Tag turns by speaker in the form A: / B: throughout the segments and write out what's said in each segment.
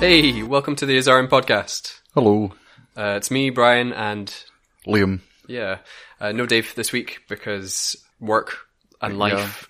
A: Hey, welcome to the Azarin podcast.
B: Hello,
A: Uh, it's me, Brian, and
B: Liam.
A: yeah, uh, no Dave this week because work and life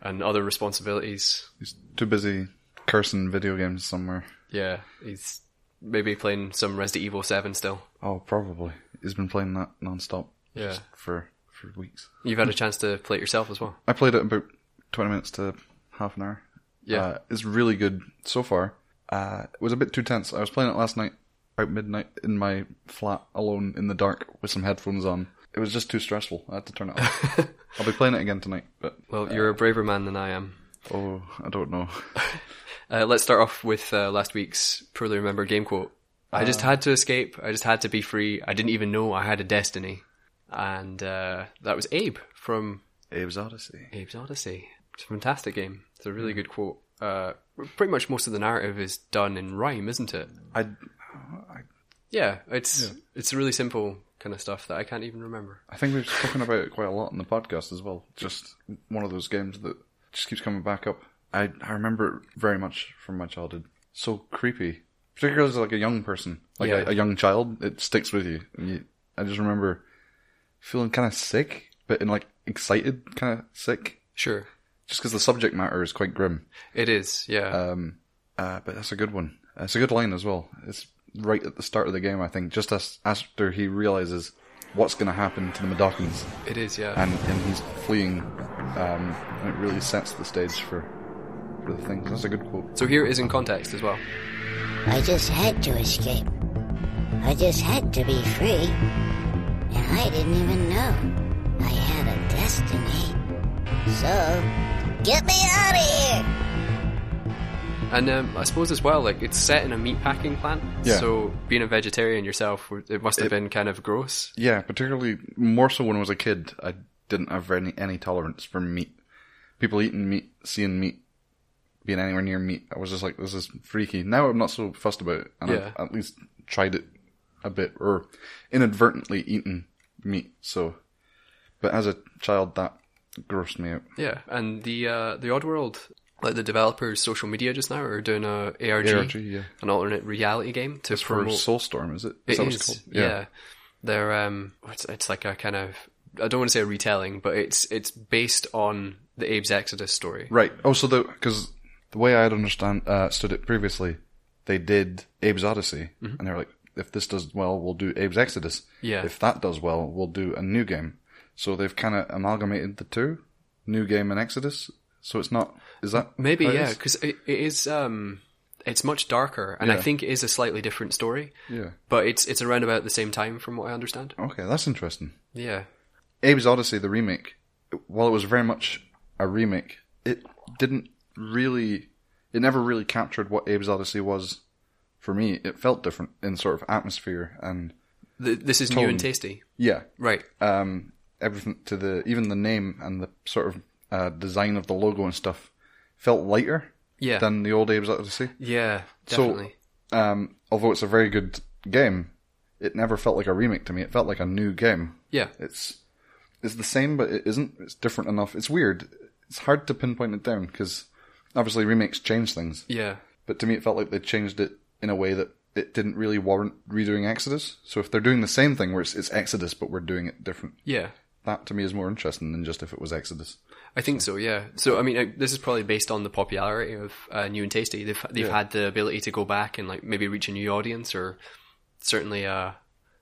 A: and other responsibilities.
B: He's too busy cursing video games somewhere.
A: Yeah, he's maybe playing some Resident Evil 7 still.
B: Oh, probably. He's been playing that non-stop
A: Yeah.
B: for for weeks.
A: You've had a chance to play it yourself as well.
B: I played it about twenty minutes to half an hour.
A: Yeah.
B: uh, it's really good so far. Uh, it was a bit too tense. I was playing it last night, about midnight, in my flat alone in the dark with some headphones on. It was just too stressful. I had to turn it off. I'll be playing it again tonight, but
A: Well, you're a braver man than I am.
B: oh, I don't know.
A: Uh, let's start off with uh, last week's poorly remembered game quote. I just had to escape. I just had to be free. I didn't even know I had a destiny. And uh, that was Abe from
B: Abe's Odyssey.
A: Abe's Odyssey. It's a fantastic game. It's a really good quote. Uh, pretty much most of the narrative is done in rhyme, isn't it?
B: I
A: Yeah, it's it's really simple kind of stuff that I can't even remember.
B: I think we've spoken about it quite a lot in the podcast as well. Just one of those games that just keeps coming back up. I, I remember it very much from my childhood. So creepy, particularly as like a young person, like
A: Yeah.
B: a, a young child. It sticks with you. And you. I just remember feeling kind of sick, but in like excited kind of sick,
A: Sure,
B: just because the subject matter is quite grim.
A: it is. Yeah,
B: Um, uh, but that's a good one. It's a good line as well. It's right at the start of the game, I think, just as after he realizes what's going to happen to the Madokans
A: it is. Yeah,
B: and, and he's fleeing, um, and it really sets the stage for for the things. That's a good quote.
A: so here it is in context as well.
C: I just had to escape. I just had to be free. And I didn't even know I had a destiny. So, get me out of here!
A: And um, I suppose as well, like it's set in a meat packing plant.
B: Yeah.
A: So being a vegetarian yourself, it must have been kind of gross.
B: Yeah, particularly more so when I was a kid. I didn't have any any tolerance for meat. People eating meat, seeing meat, being anywhere near meat, I was just like, this is freaky. Now I'm not so fussed about it, and
A: Yeah.
B: I've at least tried it a bit or inadvertently eaten meat. So, but as a child, that grossed me out.
A: Yeah, and the uh, the Oddworld, like the developers' social media just now are doing a ARG,
B: ARG, yeah.
A: an alternate reality game to
B: For
A: promote.
B: Soulstorm, is it?
A: It
B: that what
A: is,
B: it's called?
A: yeah. They're um, it's, it's like a kind of I don't want to say a retelling, but it's it's based on the Abe's Exodus story.
B: Right. Oh, so the because the way I had understand uh, stood it previously, they did Abe's Odyssey, and they were like, if this does well, we'll do Abe's Exodus.
A: Mm-hmm. Yeah.
B: If that does well, we'll do a new game. So they've kind of amalgamated the two, new game and Exodus. So it's not is that
A: Maybe
B: how Oh, it
A: yeah,
B: is?
A: because it, it is um, it's much darker, and I
B: Yeah.
A: think it is a slightly different story.
B: yeah.
A: But it's it's around about the same time, from what I understand.
B: Okay, that's interesting.
A: Yeah,
B: Abe's Odyssey, the remake, while it was very much a remake, it didn't really, it never really captured what Abe's Odyssey was for me. It felt different in sort of atmosphere and
A: Th this is new
B: Tone.
A: and tasty,
B: yeah,
A: right?
B: um, everything to the even the name and the sort of uh, design of the logo and stuff felt lighter
A: Yeah,
B: than the old Abe's Odyssey.
A: yeah,
B: So-
A: definitely.
B: Um, although it's a very good game, it never felt like a remake to me. It felt like a new game.
A: yeah,
B: It's it's the same, but it isn't. It's different enough. It's weird. It's hard to pinpoint it down because obviously remakes change things.
A: yeah.
B: But to me, it felt like they changed it in a way that it didn't really warrant redoing Exodus. So if they're doing the same thing, where it's, it's Exodus, but we're doing it different,
A: Yeah,
B: that to me is more interesting than just if it was Exodus.
A: I think so. Yeah. So I mean, uh, this is probably based on the popularity of uh, New and Tasty. They've they've had the ability to go back and like maybe reach a new audience or certainly a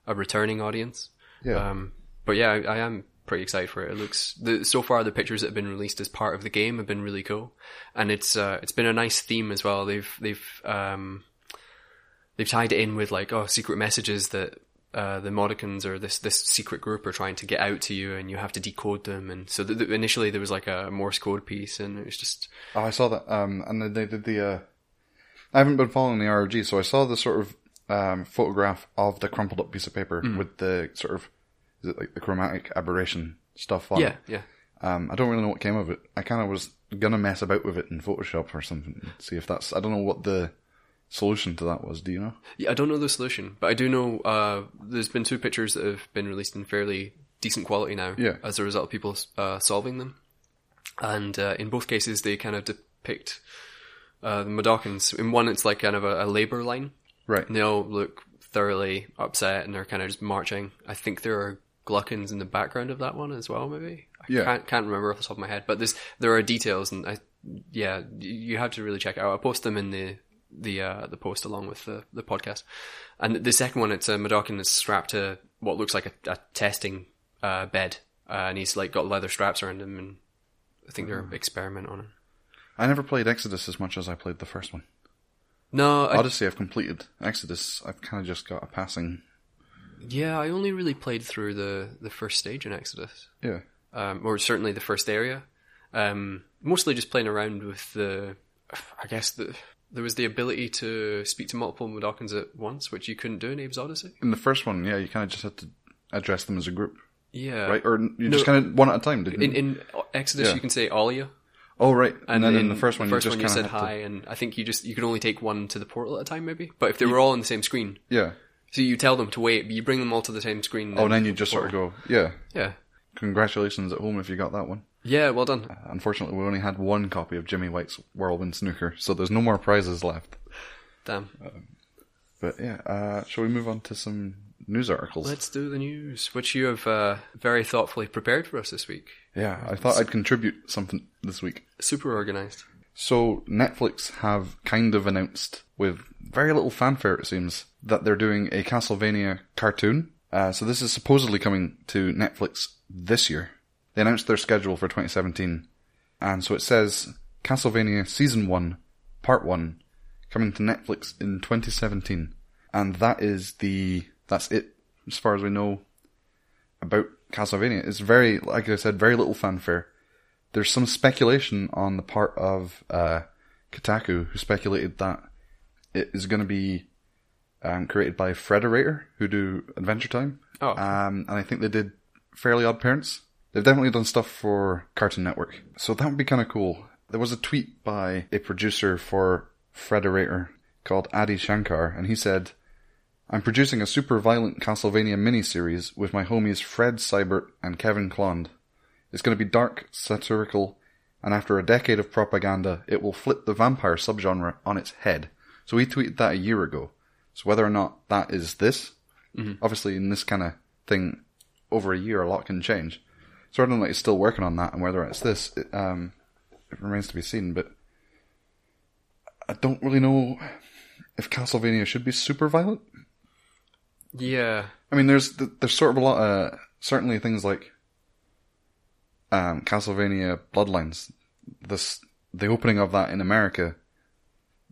A: a returning audience.
B: Yeah.
A: Um, but yeah, I, I am pretty excited for it. It looks the, so far the pictures that have been released as part of the game have been really cool, and it's uh, it's been a nice theme as well. They've they've um, they've tied it in with like oh secret messages that uh, the modicans or this this secret group are trying to get out to you, and you have to decode them. And so th- th- initially there was like a Morse code piece, and it was just
B: Oh, I saw that. Um, and then they did the. Uh, I haven't been following the RG, so I saw the sort of um, photograph of the crumpled up piece of paper with the sort of is it like the chromatic aberration stuff on it.
A: yeah yeah
B: Um, I don't really know what came of it. I kind of was gonna mess about with it in Photoshop or something. and See if that's. I don't know what the solution to that was. Do you know?
A: Yeah, I don't know the solution, but I do know uh, there's been two pictures that have been released in fairly decent quality now
B: Yeah.
A: as a result of people uh, solving them. And uh, in both cases, they kind of depict uh, the Madokans. In one, it's like kind of a, a labor line.
B: Right.
A: And they all look thoroughly upset and they're kind of just marching. I think there are gluckins in the background of that one as well, maybe. I
B: Yeah.
A: can't, can't remember off the top of my head, but there's, there are details and I, yeah, y- you have to really check it out. I'll post them in the, the, uh, the post along with the, the podcast. And the second one, it's a Madokin that's strapped to what looks like a, a testing, uh, bed. Uh, and he's like got leather straps around him and I think they're experiment on him.
B: I never played Exodus as much as I played the first one.
A: No, I,
B: Odyssey, I've completed. Exodus, I've kind of just got a passing.
A: yeah, I only really played through the, the first stage in Exodus.
B: Yeah.
A: um, or certainly the first area. Um, mostly just playing around with the, I guess the there was the ability to speak to multiple Modokans at once, which you couldn't do in Abe's Odyssey.
B: In the first one, yeah, you kind of just had to address them as a group,
A: Yeah,
B: right? Or you
A: No.
B: just kind of one at a time, didn't
A: In,
B: you?
A: in Exodus,
B: Yeah.
A: you can say all you,
B: oh, right.
A: and
B: And, then in the first one, you just
A: you
B: kind
A: said
B: of had
A: hi, and I think you just you could only take one to the portal at a time, maybe. But if they were all on the same screen,
B: to. Yeah.
A: so you tell them to wait, but you bring them all to the same screen.
B: Oh, and then you just sort of go, yeah.
A: yeah,
B: Congratulations at home if you got that one.
A: yeah, well done.
B: Unfortunately, we only had one copy of Jimmy White's Whirlwind Snooker, so there's no more prizes left.
A: Damn,
B: But yeah, uh, shall we move on to some news articles?
A: let's do the news, which you have uh, very thoughtfully prepared for us this week.
B: yeah, I thought I'd contribute something this week.
A: Super organized.
B: So Netflix have kind of announced, with very little fanfare it seems, that they're doing a Castlevania cartoon. Uh, so this is supposedly coming to Netflix this year. They announced their schedule for 2017, and so it says Castlevania Season 1, Part 1, coming to Netflix in 2017. And that is the, that's it, as far as we know, about Castlevania. It's very, like I said, very little fanfare there's some speculation on the part of uh, Kotaku who speculated that it is going to be um, created by Frederator, who do Adventure Time.
A: Oh.
B: Um, and I think they did Fairly Odd Parents. They've definitely done stuff for Cartoon Network. So that would be kind of cool. There was a tweet by a producer for Frederator called Adi Shankar, and he said, I'm producing a super violent Castlevania miniseries with my homies Fred Seibert and Kevin Klond. It's going to be dark, satirical, and after a decade of propaganda, it will flip the vampire subgenre on its head. So he tweeted that a year ago. So whether or not that is this, obviously in this kind of thing, over a year, a lot can change. So whether or not he's still working on that, and whether it's this, it, um, it remains to be seen. But I don't really know if Castlevania should be super violent.
A: Yeah,
B: I mean, there's there's sort of a lot of certainly things like um, Castlevania Bloodlines. This the opening of that in America,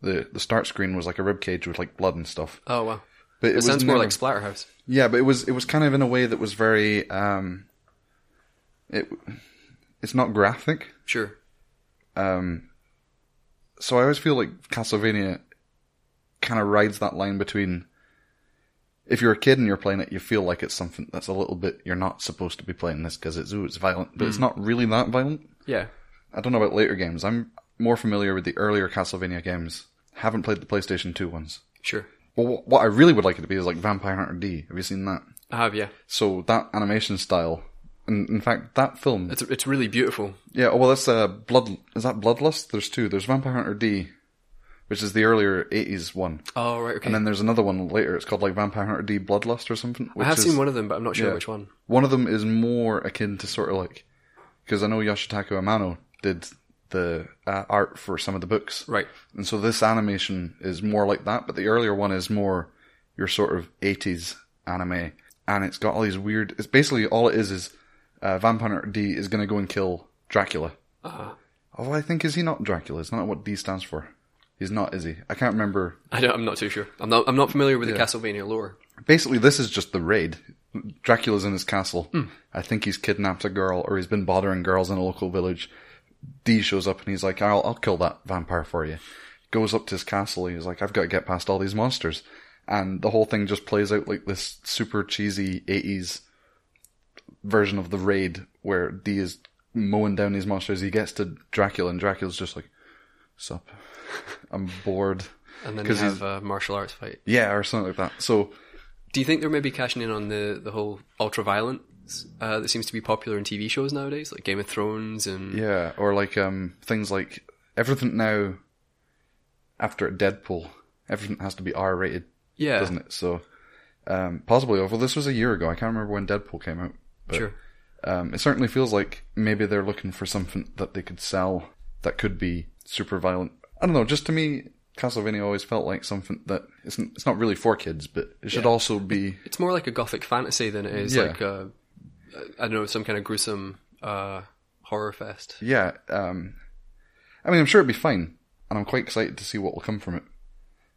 B: the the start screen was like a rib cage with like blood and stuff.
A: Oh wow,
B: But it,
A: it,
B: was
A: sounds more
B: never-
A: like Splatterhouse.
B: yeah, but it was it was kind of in a way that was very um, it it's not graphic.
A: Sure.
B: Um, so I always feel like Castlevania kind of rides that line between if you're a kid and you're playing it, you feel like it's something that's a little bit you're not supposed to be playing this because it's ooh it's violent, but it's not really that violent.
A: Yeah.
B: I don't know about later games. I'm more familiar with the earlier Castlevania games. Haven't played the PlayStation Two ones.
A: Sure.
B: Well, wh- what I really would like it to be is like Vampire Hunter D. Have you seen that?
A: I have. Yeah.
B: So that animation style, and in fact that film,
A: It's it's really beautiful.
B: yeah, oh, well, that's uh, blood. Is that Bloodlust? There's two. There's Vampire Hunter D, which is the earlier '80s one,
A: Oh right. Okay.
B: and then there's another one later. It's called like Vampire Hunter D Bloodlust or something. Which
A: I have
B: is,
A: seen one of them, but I'm not sure
B: yeah.
A: which one.
B: One of them is more akin to sort of like because I know Yoshitaka Amano did the uh, art for some of the books,
A: Right.
B: And so this animation is more like that, but the earlier one is more your sort of 80s anime, and it's got all these weird. It's basically all it is is uh, Vampire Hunter D is going to go and kill Dracula.
A: Uh,
B: Although I think is he not Dracula? It's not what D stands for. He's not, is he? I can't remember.
A: I don't, I'm not too sure. I'm not I'm not familiar with the Castlevania lore.
B: Basically, this is just the raid. Dracula's in his castle. I think he's kidnapped a girl, or he's been bothering girls in a local village. D shows up and he's like, "I'll I'll kill that vampire for you." Goes up to his castle. He's like, "I've got to get past all these monsters," and the whole thing just plays out like this super cheesy '80s version of the raid where D is mowing down these monsters. He gets to Dracula, and Dracula's just like, "Sup, I'm bored."
A: And then you
B: 'Cause
A: have a martial arts fight.
B: Yeah, or something like that. So
A: Do you think they're maybe cashing in on the the whole ultra violence uh, that seems to be popular in TV shows nowadays, like Game of Thrones and
B: Yeah, or like um things like everything now after Deadpool, everything has to be R rated,
A: Yeah,
B: doesn't it? So um, possibly. Well, this was a year ago. I can't remember when Deadpool came out. But,
A: sure.
B: Um, it certainly feels like maybe they're looking for something that they could sell that could be super violent. I don't know. Just to me, Castlevania always felt like something that isn't. It's not really for kids, but it should also be.
A: It's more like a gothic fantasy than it is
B: Yeah.
A: like a, I don't know, some kind of gruesome uh, horror fest.
B: Yeah. Um, I mean, I'm sure it'd be fine, and I'm quite excited to see what will come from it.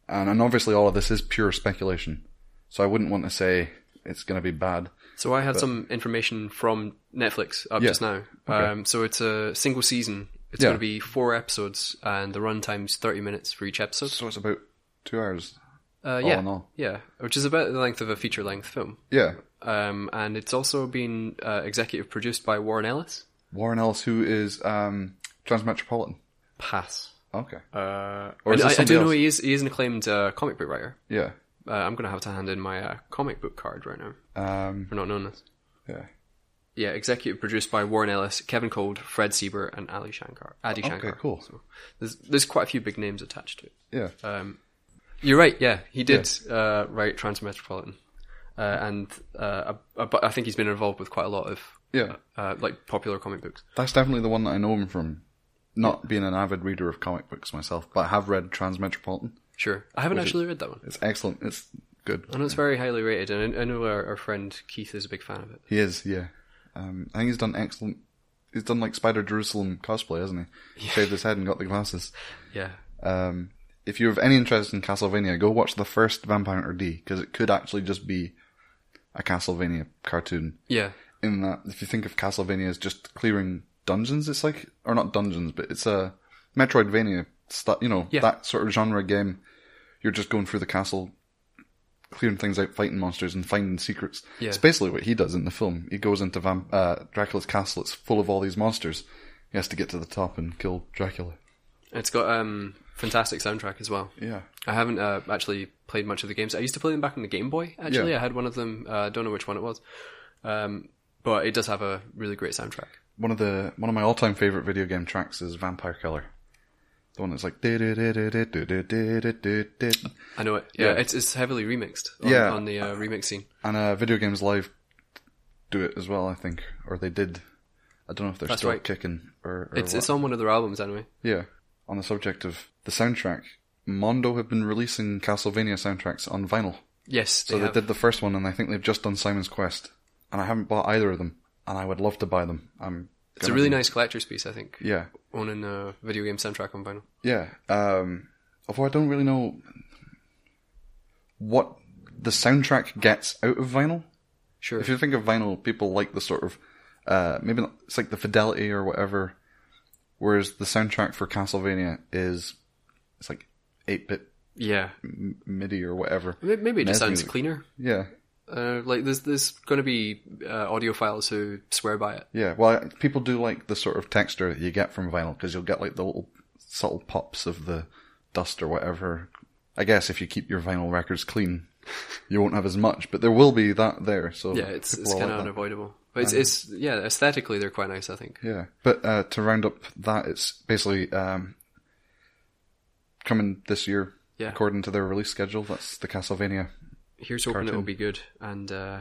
B: And, and obviously, all of this is pure speculation, so I wouldn't want to say it's going to be bad.
A: So I had some information from Netflix up
B: Yeah.
A: just now. Um, so it's a single season. It's
B: Yeah.
A: going to be four episodes, and the runtime's thirty minutes for each episode.
B: So it's about two hours.
A: Uh, yeah,
B: in all.
A: yeah, which is about the length of a feature-length film.
B: Yeah.
A: Um, and it's also been uh, executive produced by Warren Ellis.
B: Warren Ellis, who is um, Transmetropolitan.
A: Pass.
B: Okay.
A: Uh,
B: Or is
A: I,
B: it
A: I do
B: somebody
A: know
B: else?
A: he is, he is an acclaimed uh, comic book writer.
B: yeah.
A: Uh, I'm going to have to hand in my uh, comic book card right now
B: Um,
A: for not knowing this.
B: yeah.
A: Yeah, executive produced by Warren Ellis, Kevin Cold, Fred Sieber, and Ali Shankar. Adi Shankar.
B: cool.
A: So there's there's quite a few big names attached to it.
B: Yeah.
A: Um, you're right. Yeah, he did Uh, write Transmetropolitan, uh, and uh, I, I- but I think he's been involved with quite a lot of
B: Yeah.
A: uh, like popular comic books.
B: That's definitely the one that I know him from. Not being an avid reader of comic books myself, but I have read Transmetropolitan.
A: Sure, I haven't actually read that one.
B: It's excellent. It's good.
A: I know it's very highly rated, and I, I know our, our friend Keith is a big fan of it.
B: He is, yeah. Um, I think he's done excellent. He's done like Spider Jerusalem cosplay, hasn't he? Shaved his head and got the glasses.
A: Yeah,
B: Um, if you have any interest in Castlevania, go watch the first Vampire Hunter D because it could actually just be a Castlevania cartoon.
A: yeah,
B: in that if you think of Castlevania as just clearing dungeons, it's like or not dungeons, but it's a Metroidvania, stu- you know,
A: Yeah.
B: that sort of genre game. You're just going through the castle, clearing things out, fighting monsters, and finding secrets.
A: Yeah.
B: It's basically what he does in the film. He goes into Vamp- uh, Dracula's castle. It's full of all these monsters. He has to get to the top and kill Dracula.
A: And it's got um fantastic soundtrack as well.
B: Yeah,
A: I haven't uh, actually played much of the games. I used to play them back on the Game Boy. Actually,
B: Yeah.
A: I had one of them. I uh, don't know which one it was, um, but it does have a really great soundtrack.
B: one of the one of my all time favorite video game tracks is Vampire Killer. The one that's like
A: I know it. Yeah,
B: Yeah.
A: it's it's heavily remixed. On,
B: Yeah.
A: on the uh, remix scene.
B: And uh, Video Games Live do it as well, I think, or they did. I don't know if they're
A: That's
B: still
A: right.
B: kicking or, or
A: It's
B: what.
A: it's on one of their albums anyway.
B: yeah. On the subject of the soundtrack, Mondo have been releasing Castlevania soundtracks on vinyl.
A: Yes, they
B: So they,
A: have.
B: did the first one, and I think they've just done Simon's Quest. And I haven't bought either of them, and I would love to buy them. I'm.
A: It's a really nice collector's piece, I think.
B: Yeah,
A: Owning a uh, video game soundtrack on vinyl.
B: yeah. Um, although I don't really know what the soundtrack gets out of vinyl.
A: Sure.
B: If you think of vinyl, people like the sort of uh, maybe not, it's like the fidelity or whatever. Whereas the soundtrack for Castlevania is it's like eight bit
A: yeah.
B: MIDI or whatever.
A: May- Maybe it just
B: Nice
A: sounds
B: music.
A: cleaner.
B: Yeah,
A: Uh, like there's there's going to be uh, audiophiles who swear by it.
B: yeah. Well, I- people do like the sort of texture that you get from vinyl because you'll get like the little subtle pops of the dust or whatever. I guess if you keep your vinyl records clean, you won't have as much, but there will be that there. So
A: Yeah, it's
B: people
A: it's
B: will
A: kind
B: like
A: of
B: that.
A: unavoidable. But it's, it's yeah, aesthetically they're quite nice. I think.
B: Yeah, but uh, to round up that, it's basically um, coming this year,
A: Yeah.
B: according to their release schedule. That's the Castlevania.
A: Here's hoping it'll
B: Cartoon.
A: be good, and uh,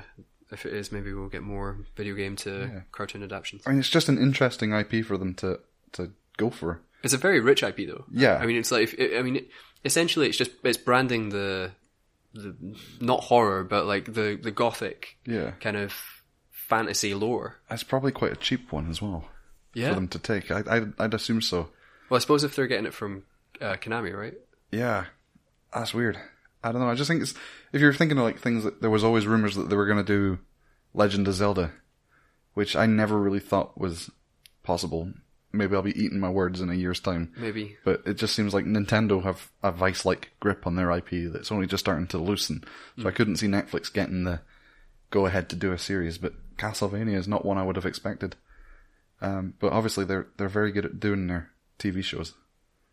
A: if it is, maybe we'll get more video game to cartoon adaptions.
B: I mean, it's just an interesting IP for them to to go for.
A: It's a very rich IP, though.
B: Yeah.
A: I mean, it's like if, I mean, essentially, it's just it's branding the the not horror, but like the the gothic
B: Yeah,
A: kind of fantasy lore.
B: that's probably quite a cheap one as well for
A: Yeah.
B: them to take. I, I I'd assume so.
A: Well, I suppose if they're getting it from uh, Konami, right?
B: Yeah, that's weird. I don't know. I just think it's if you're thinking of like things that there was always rumors that they were going to do Legend of Zelda, which I never really thought was possible. Maybe I'll be eating my words in a year's time.
A: Maybe.
B: But it just seems like Nintendo have a vice like grip on their IP that's only just starting to loosen. So I couldn't see Netflix getting the go ahead to do a series, but Castlevania is not one I would have expected. Um, but obviously they're they're very good at doing their TV shows.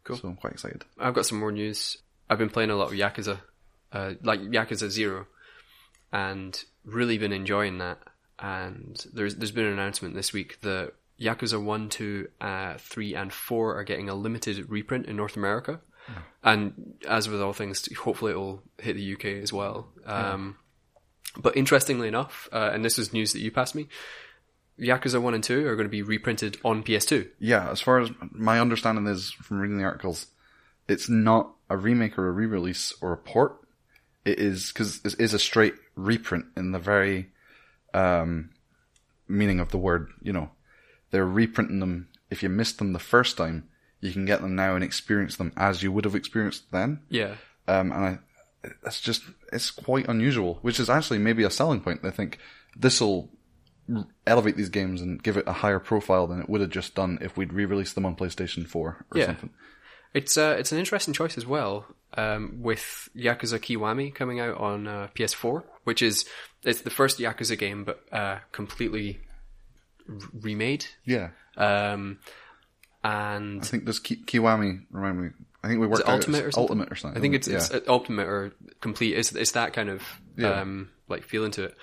A: Cool.
B: So I'm quite excited.
A: I've got some more news. I've been playing a lot of Yakuza, uh, like Yakuza Zero, and really been enjoying that. And there's there's been an announcement this week that Yakuza One, Two, uh, Three, and Four are getting a limited reprint in North America. And as with all things, hopefully it'll hit the UK as well. Um, But interestingly enough, uh, and this was news that you passed me, Yakuza 1 and 2 are going to be reprinted on PS2.
B: Yeah, as far as my understanding is from reading the articles, it's not a remake or a re-release or a port. It is because it is a straight reprint in the very um, meaning of the word. You know, they're reprinting them. If you missed them the first time, you can get them now and experience them as you would have experienced then.
A: Yeah.
B: Um, and I, that's just, it's quite unusual, which is actually maybe a selling point. I think this will elevate these games and give it a higher profile than it would have just done if we'd re-released them on PlayStation 4 or
A: Yeah.
B: something.
A: It's uh, it's an interesting choice as well, um, with Yakuza Kiwami coming out on uh, PS4, which is it's the first Yakuza game, but uh, completely r- remade.
B: Yeah.
A: Um,
B: I
A: and
B: think this Ki- Kiwami, remind me, I think we worked out
A: Ultimate
B: it's
A: or something?
B: Ultimate or something.
A: I think it's
B: yeah.
A: it's uh, ultimate or complete. It's it's that kind of
B: Yeah.
A: um, like feeling to it.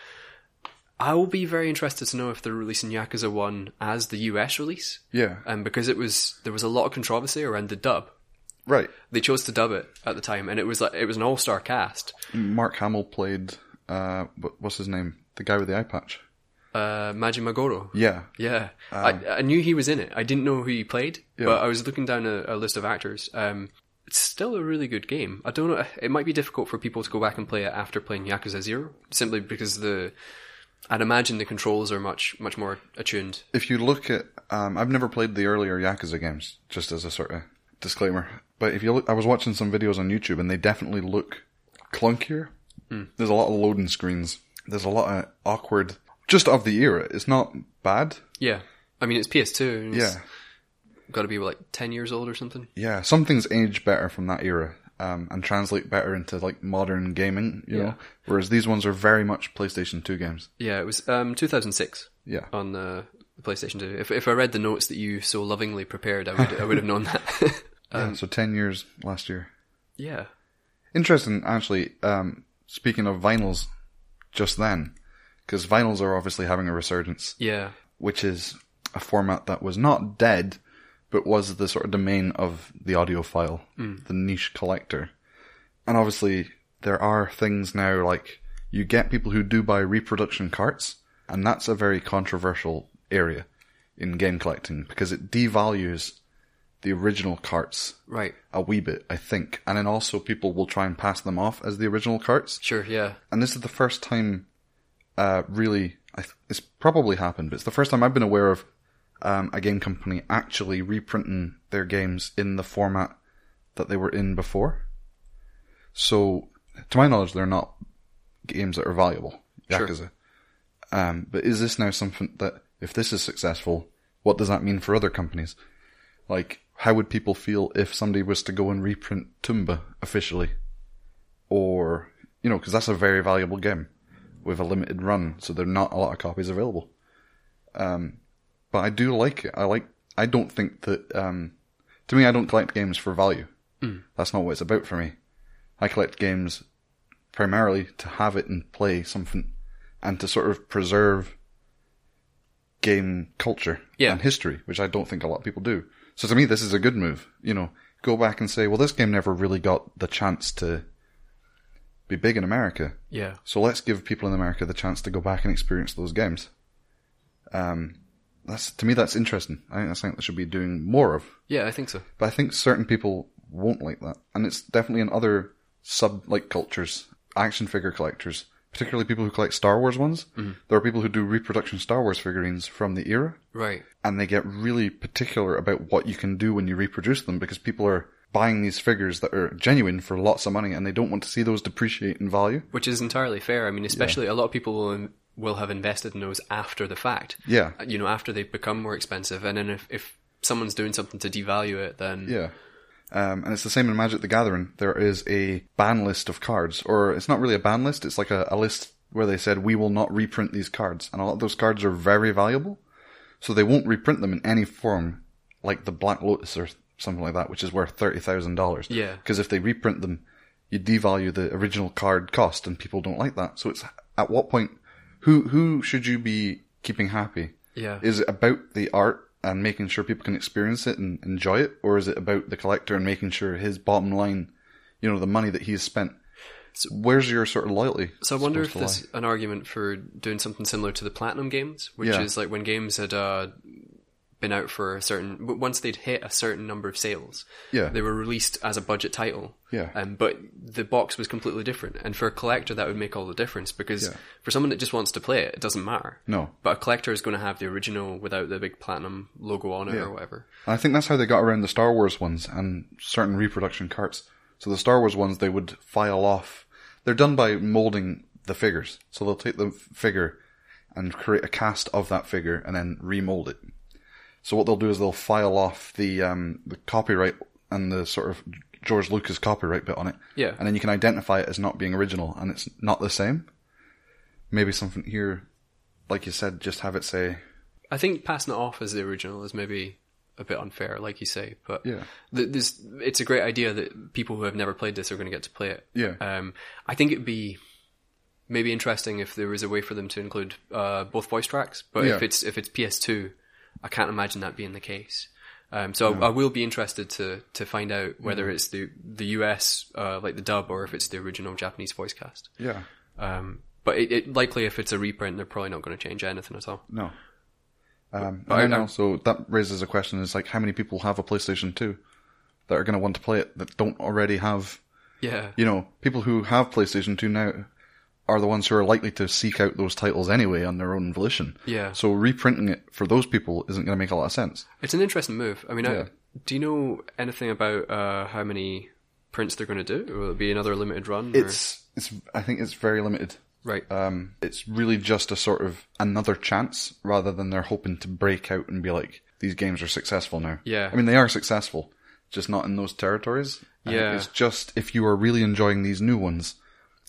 A: I will be very interested to know if they're releasing Yakuza One as the US release,
B: yeah.
A: and because it was there was a lot of controversy around the dub.
B: Right.
A: They chose to dub it at the time, and it was like it was an all star cast.
B: Mark Hamill played, uh, what, what's his name? The guy with the eye patch.
A: uh, Majimagoro.
B: Yeah. Um,
A: Yeah, I, I knew he was in it. I didn't know who he played, but I was looking down a, a list of actors. Um, it's still a really good game. I don't know. It might be difficult for people to go back and play it after playing Yakuza Zero, simply because the I'd imagine the controls are much much more attuned.
B: if you look at, um, I've never played the earlier Yakuza games, just as a sort of disclaimer. But if you look, I was watching some videos on YouTube, and they definitely look clunkier. There's a lot of loading screens. There's a lot of awkward, just of the era. It's not bad.
A: Yeah, I mean it's PS2. And
B: Yeah,
A: got to be like ten years old or something.
B: yeah. Some things age better from that era, um, and translate better into like modern gaming. You know, whereas these ones are very much PlayStation Two games.
A: Yeah, it was um, 2006
B: Yeah,
A: on the PlayStation 2. If if I read the notes that you so lovingly prepared, I would I would have known that.
B: yeah. So ten years last year.
A: yeah.
B: Interesting, actually. Um, speaking of vinyls, just then, because vinyls are obviously having a resurgence,
A: Yeah.
B: which is a format that was not dead, but was the sort of domain of the audiophile, the niche collector. And obviously, there are things now like you get people who do buy reproduction carts, and that's a very controversial area in game collecting because it devalues the original carts
A: Right.
B: a wee bit, I think. And then also people will try and pass them off as the original carts.
A: Sure. Yeah.
B: And this is the first time, uh, really, I th- it's probably happened, but it's the first time I've been aware of um, a game company actually reprinting their games in the format that they were in before. So, to my knowledge, they're not games that are valuable.
A: Sure.
B: Yakuza. Um, but is this now something that, if this is successful, what does that mean for other companies? Like, how would people feel if somebody was to go and reprint Tumba officially? Or, you know, because that's a very valuable game with a limited run, so there are not a lot of copies available. Um, but I do like it. I like, I don't think that, um, to me, I don't collect games for value. That's not what it's about for me. I collect games primarily to have it and play something and to sort of preserve game culture
A: Yeah.
B: and history, which I don't think a lot of people do. So to me, this is a good move. You know, go back and say, well, this game never really got the chance to be big in America.
A: Yeah.
B: So let's give people in America the chance to go back and experience those games. Um, that's to me that's interesting. I think that's something that should be doing more of.
A: Yeah, I think so.
B: But I think certain people won't like that, and it's definitely in other sub like cultures, action figure collectors, particularly people who collect Star Wars ones. There are people who do reproduction Star Wars figurines from the era,
A: Right.
B: and they get really particular about what you can do when you reproduce them because people are buying these figures that are genuine for lots of money, and they don't want to see those depreciate in value.
A: Which is entirely fair. I mean, especially a lot of people will, will have invested in those after the fact.
B: Yeah.
A: You know, after they've become more expensive. And then if, if someone's doing something to devalue it, then.
B: Yeah. Um, and it's the same in Magic the Gathering. There is a ban list of cards, or it's not really a ban list, it's like a, a list where they said, we will not reprint these cards. And a lot of those cards are very valuable, so they won't reprint them in any form, like the Black Lotus or something like that, which is worth $30,000.
A: Yeah.
B: Because if they reprint them, you devalue the original card cost, and people don't like that. So it's at what point, who, who should you be keeping happy?
A: Yeah.
B: Is it about the art and making sure people can experience it and enjoy it, or is it about the collector and making sure his bottom line, you know, the money that he's spent?
A: So-
B: Where's your sort of loyalty?
A: So I wonder if
B: supposed to lie?
A: there's an argument for doing something similar to the platinum games, which
B: Yeah.
A: is like when games had uh, been out for a certain w- once they'd hit a certain number of sales,
B: Yeah.
A: they were released as a budget title.
B: Yeah.
A: Um, but the box was completely different, and for a collector that would make all the difference because
B: Yeah.
A: for someone that just wants to play it, it doesn't matter.
B: No.
A: But a collector is going to have the original without the big platinum logo on it
B: Yeah.
A: or whatever.
B: And I think that's how they got around the Star Wars ones and certain reproduction carts. So the Star Wars ones, they would file off. They're done by molding the figures. So they'll take the f- figure and create a cast of that figure and then remold it. So what they'll do is they'll file off the um, the copyright and the sort of George Lucas copyright bit on it.
A: Yeah.
B: And then you can identify it as not being original and it's not the same. Maybe something here, like you said, just have it say
A: I think passing it off as the original is maybe a bit unfair, like you say, but
B: Yeah.
A: th- this, it's a great idea that people who have never played this are going to get to play it.
B: Yeah.
A: Um, I think it'd be maybe interesting if there was a way for them to include uh, both voice tracks, but
B: Yeah.
A: if it's if it's PS2, I can't imagine that being the case. Um, so I, I will be interested to to find out whether
B: Mm-hmm.
A: it's the the US uh, like the dub or if it's the original Japanese voice cast.
B: yeah.
A: Um, but it, it likely if it's a reprint, they're probably not going to change anything at all.
B: No. Um,
A: But
B: and
A: I-
B: then
A: I-
B: also that raises a question: is like how many people have a PlayStation Two that are going to want to play it that don't already have?
A: Yeah.
B: You know, people who have PlayStation Two now are the ones who are likely to seek out those titles anyway on their own volition.
A: Yeah.
B: So reprinting it for those people isn't going to make a lot of sense.
A: It's an interesting move. I mean, I-
B: Yeah.
A: do you know anything about uh, how many prints they're going to do? Will it be another limited run? or-
B: It's it's I think it's very limited.
A: right.
B: Um, it's really just a sort of another chance rather than they're hoping to break out and be like these games are successful now.
A: Yeah.
B: I mean they are successful, just not in those territories. And
A: Yeah.
B: it's just if you are really enjoying these new ones,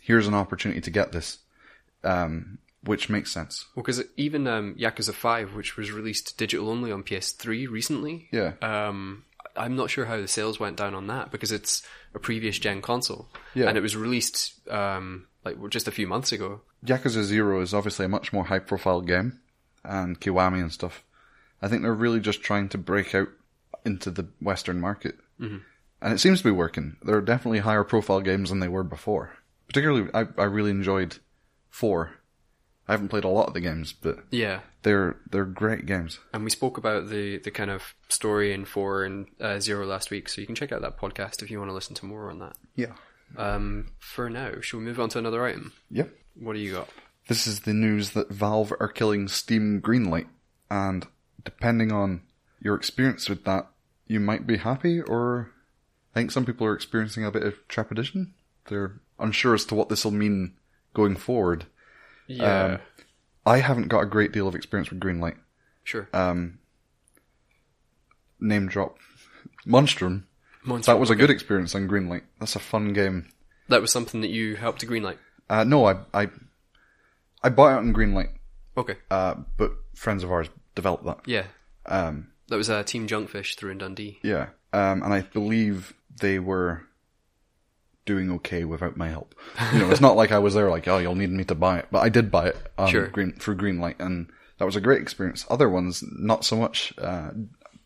B: here's an opportunity to get this, um, which makes sense.
A: well, because even um, Yakuza Five, which was released digital only on PS3 recently,
B: Yeah.
A: um, I'm not sure how the sales went down on that because it's a previous gen console,
B: Yeah.
A: and it was released um, like just a few months ago.
B: Yakuza Zero is obviously a much more high profile game, and Kiwami and stuff. I think they're really just trying to break out into the Western market. Mm-hmm. And it seems to be working. There are definitely higher profile games than they were before. Particularly, I, I really enjoyed 4. I haven't played a lot of the games, but
A: Yeah,
B: they're they're great games.
A: and we spoke about the the kind of story in four and uh, zero last week, so you can check out that podcast if you want to listen to more on that.
B: Yeah.
A: Um, for now, shall we move on to another item?
B: Yep.
A: What do you got?
B: This is the news that Valve are killing Steam Greenlight, and depending on your experience with that, you might be happy, or I think some people are experiencing a bit of trepidation. They're unsure as to what this will mean going forward.
A: Yeah,
B: Um, I haven't got a great deal of experience with Greenlight.
A: sure.
B: uh, Name drop. Monstrum.
A: Monster,
B: That was a good experience on Greenlight. That's a fun game.
A: that was something that you helped to greenlight.
B: Uh, no, I, I, I bought it on Greenlight,
A: Okay,
B: uh, but friends of ours developed that.
A: yeah,
B: Um,
A: that was uh, Team Junkfish through in Dundee.
B: Yeah, um, and I believe they were doing okay without my help. You know, it's not like I was there like, oh, you'll need me to buy it, but I did buy it um,
A: Sure.
B: green, through Greenlight, and that was a great experience. Other ones, not so much. Uh,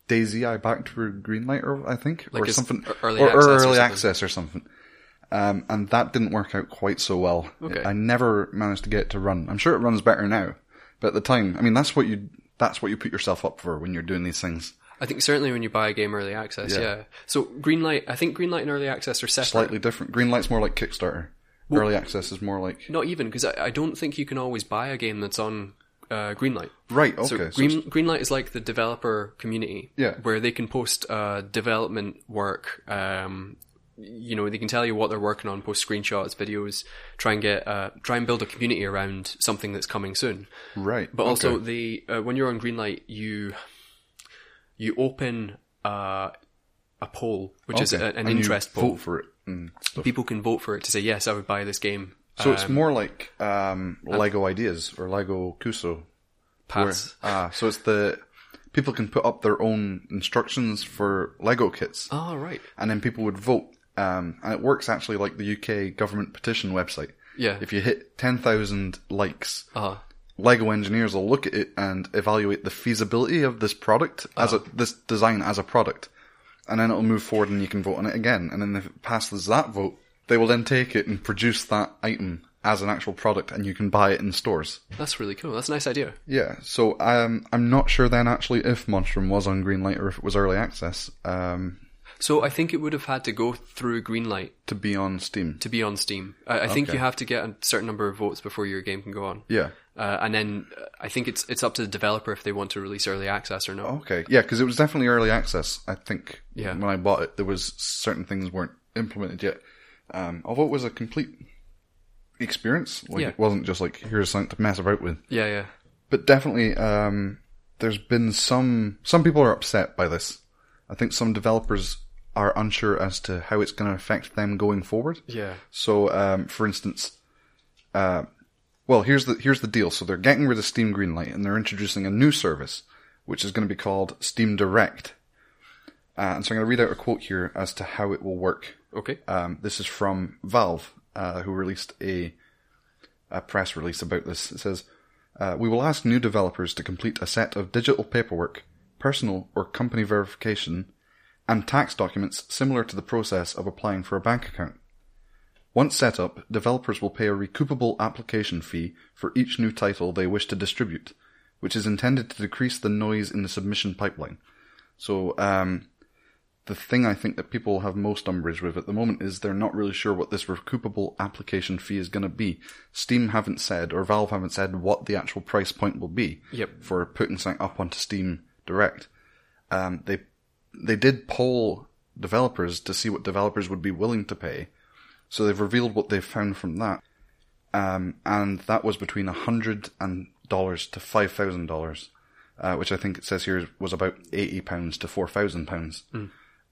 B: Daisy, I backed through Greenlight, or I think,
A: Like
B: or
A: it's
B: something,
A: e- early
B: or,
A: access or
B: early
A: something.
B: access or something. Um, and that didn't work out quite so well.
A: Okay.
B: I never managed to get it to run. I'm sure it runs better now, but at the time, I mean, that's what you that's what you put yourself up for when you're doing these things.
A: I think certainly when you buy a game early access,
B: Yeah.
A: yeah. So greenlight, I think greenlight and early access are separate.
B: slightly different. Greenlight's more like Kickstarter. Early access is more like
A: Not even because I, I don't think you can always buy a game that's on uh, greenlight.
B: right.
A: So,
B: Okay, so
A: Green, Greenlight is like the developer community,
B: Yeah.
A: where they can post uh, development work. Um, you know, they can tell you what they're working on, post screenshots, videos, try and get, uh, try and build a community around something that's coming soon.
B: right.
A: But
B: okay.
A: also, the uh, when you're on Greenlight, you you open uh, a poll, which is
B: Okay.
A: a, an
B: And you
A: interest poll.
B: vote for it. and stuff.
A: People can vote for it to say yes, I would buy this game.
B: So it's more like um, Lego Ideas or Lego Kuso. where-
A: Pass.
B: Ah, so it's the people can put up their own instructions for Lego kits,
A: Oh right,
B: and then people would vote. Um, and it works actually like the UK government petition website.
A: yeah,
B: If you hit ten thousand likes,
A: uh,
B: Lego engineers will look at it and evaluate the feasibility of this product as a this design as a product, and then it'll move forward and you can vote on it again. And then if it passes that vote, they will then take it and produce that item as an actual product, and you can buy it in stores.
A: That's really cool. That's a nice idea.
B: Yeah, so um, I'm not sure then actually if Monstrum was on Greenlight or if it was early access um,
A: So I think it would have had to go through Greenlight
B: to be on Steam.
A: to be on Steam. I, I think
B: Okay.
A: you have to get a certain number of votes before your game can go on.
B: Yeah.
A: Uh, and then uh, I think it's it's up to the developer if they want to release early access or not.
B: Okay, yeah, because it was definitely early access. I think
A: Yeah.
B: when I bought it, there was certain things weren't implemented yet. Um, although it was a complete experience, like
A: Yeah.
B: it wasn't just like here's something to mess about with.
A: Yeah, yeah.
B: But definitely, um, there's been some some people are upset by this. I think some developers are unsure as to how it's going to affect them going forward.
A: Yeah.
B: So, um, for instance, uh, well, here's the here's the deal. So they're getting rid of Steam Greenlight and they're introducing a new service, which is going to be called Steam Direct. Uh, and so I'm going to read out a quote here as to how it will work.
A: Okay.
B: Um, this is from Valve, uh, who released a, a press release about this. It says, uh, We will ask new developers to complete a set of digital paperwork, personal or company verification, and tax documents similar to the process of applying for a bank account. Once set up, developers will pay a recoupable application fee for each new title they wish to distribute, which is intended to decrease the noise in the submission pipeline. So, um, the thing I think that people have most umbrage with at the moment is they're not really sure what this recoupable application fee is going to be. Steam haven't said, or Valve haven't said, what the actual price point will be
A: Yep.
B: for putting something up onto Steam Direct. Um, they they did poll developers to see what developers would be willing to pay, so they've revealed what they've found from that, um, and that was between a hundred and dollars to five thousand dollars, uh, which I think it says here was about eighty pounds to four thousand pounds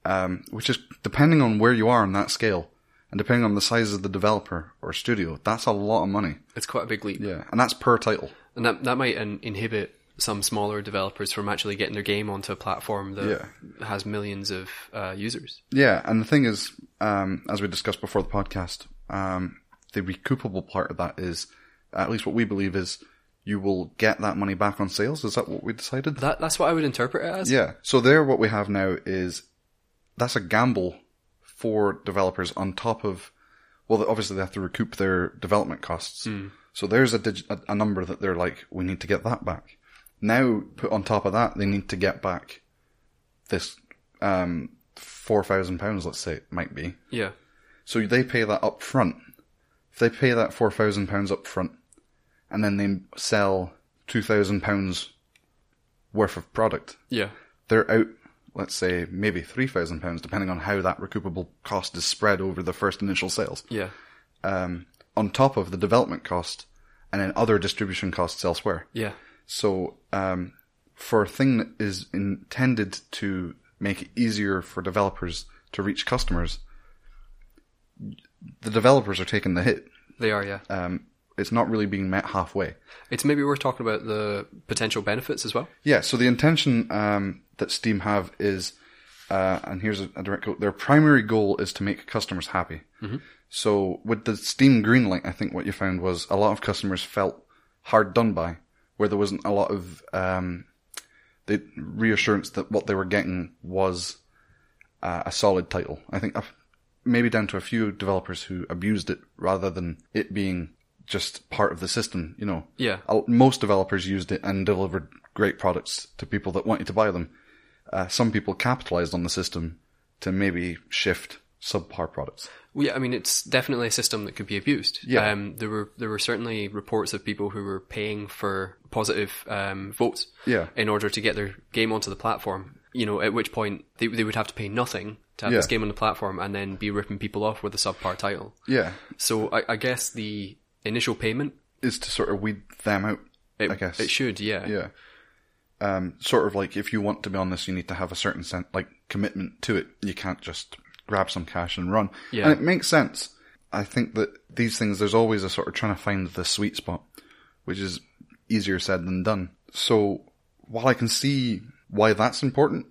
B: um, which is depending on where you are on that scale and depending on the size of the developer or studio, that's a lot of money.
A: It's quite a big leap.
B: Yeah, and that's per title.
A: And that that might in- inhibit some smaller developers from actually getting their game onto a platform that has millions of uh, users.
B: Yeah, and the thing is, um, as we discussed before the podcast, um, the recoupable part of that is, at least what we believe is, you will get that money back on sales. Is that what we decided?
A: That that's what I would interpret it as.
B: Yeah. So there, what we have now is that's a gamble for developers on top of well, obviously they have to recoup their development costs. So there's a, dig- a a number that they're like, we need to get that back. Now, put on top of that, they need to get back this um, four thousand pounds. Let's say it might be.
A: Yeah.
B: So they pay that up front. If they pay that four thousand pounds up front, and then they sell two thousand pounds worth of product,
A: Yeah.
B: they're out, let's say, maybe £3,000, depending on how that recoupable cost is spread over the first initial sales,
A: Yeah.
B: um, on top of the development cost and then other distribution costs elsewhere.
A: Yeah.
B: So, um, for a thing that is intended to make it easier for developers to reach customers, the developers are taking the hit.
A: They are. Yeah.
B: Um, it's not really being met halfway.
A: It's maybe worth talking about the potential benefits as well.
B: Yeah, so the intention um, that Steam have is, uh, and here's a, a direct quote: their primary goal is to make customers happy. So with the Steam Greenlight, I think what you found was a lot of customers felt hard done by, where there wasn't a lot of um, the reassurance that what they were getting was uh, a solid title. I think uh, maybe down to a few developers who abused it rather than it being just part of the system. You know,
A: Yeah.
B: a- most developers used it and delivered great products to people that wanted to buy them. Uh, some people capitalized on the system to maybe shift subpar products.
A: Well, yeah, I mean, it's definitely a system that could be abused.
B: Yeah.
A: Um, there were there were certainly reports of people who were paying for positive um, votes.
B: Yeah.
A: In order to get their game onto the platform, you know, at which point they they would have to pay nothing to have
B: Yeah.
A: this game on the platform, and then be ripping people off with a subpar title.
B: Yeah,
A: So I, I guess the initial payment,
B: is to sort of weed them out.
A: it,
B: I guess.
A: it should, yeah,
B: yeah. Um, sort of like if you want to be on this, you need to have a certain sen- like commitment to it. You can't just grab some cash and run.
A: Yeah.
B: And it makes sense. I think that these things, there's always a sort of trying to find the sweet spot, which is easier said than done. So while I can see why that's important,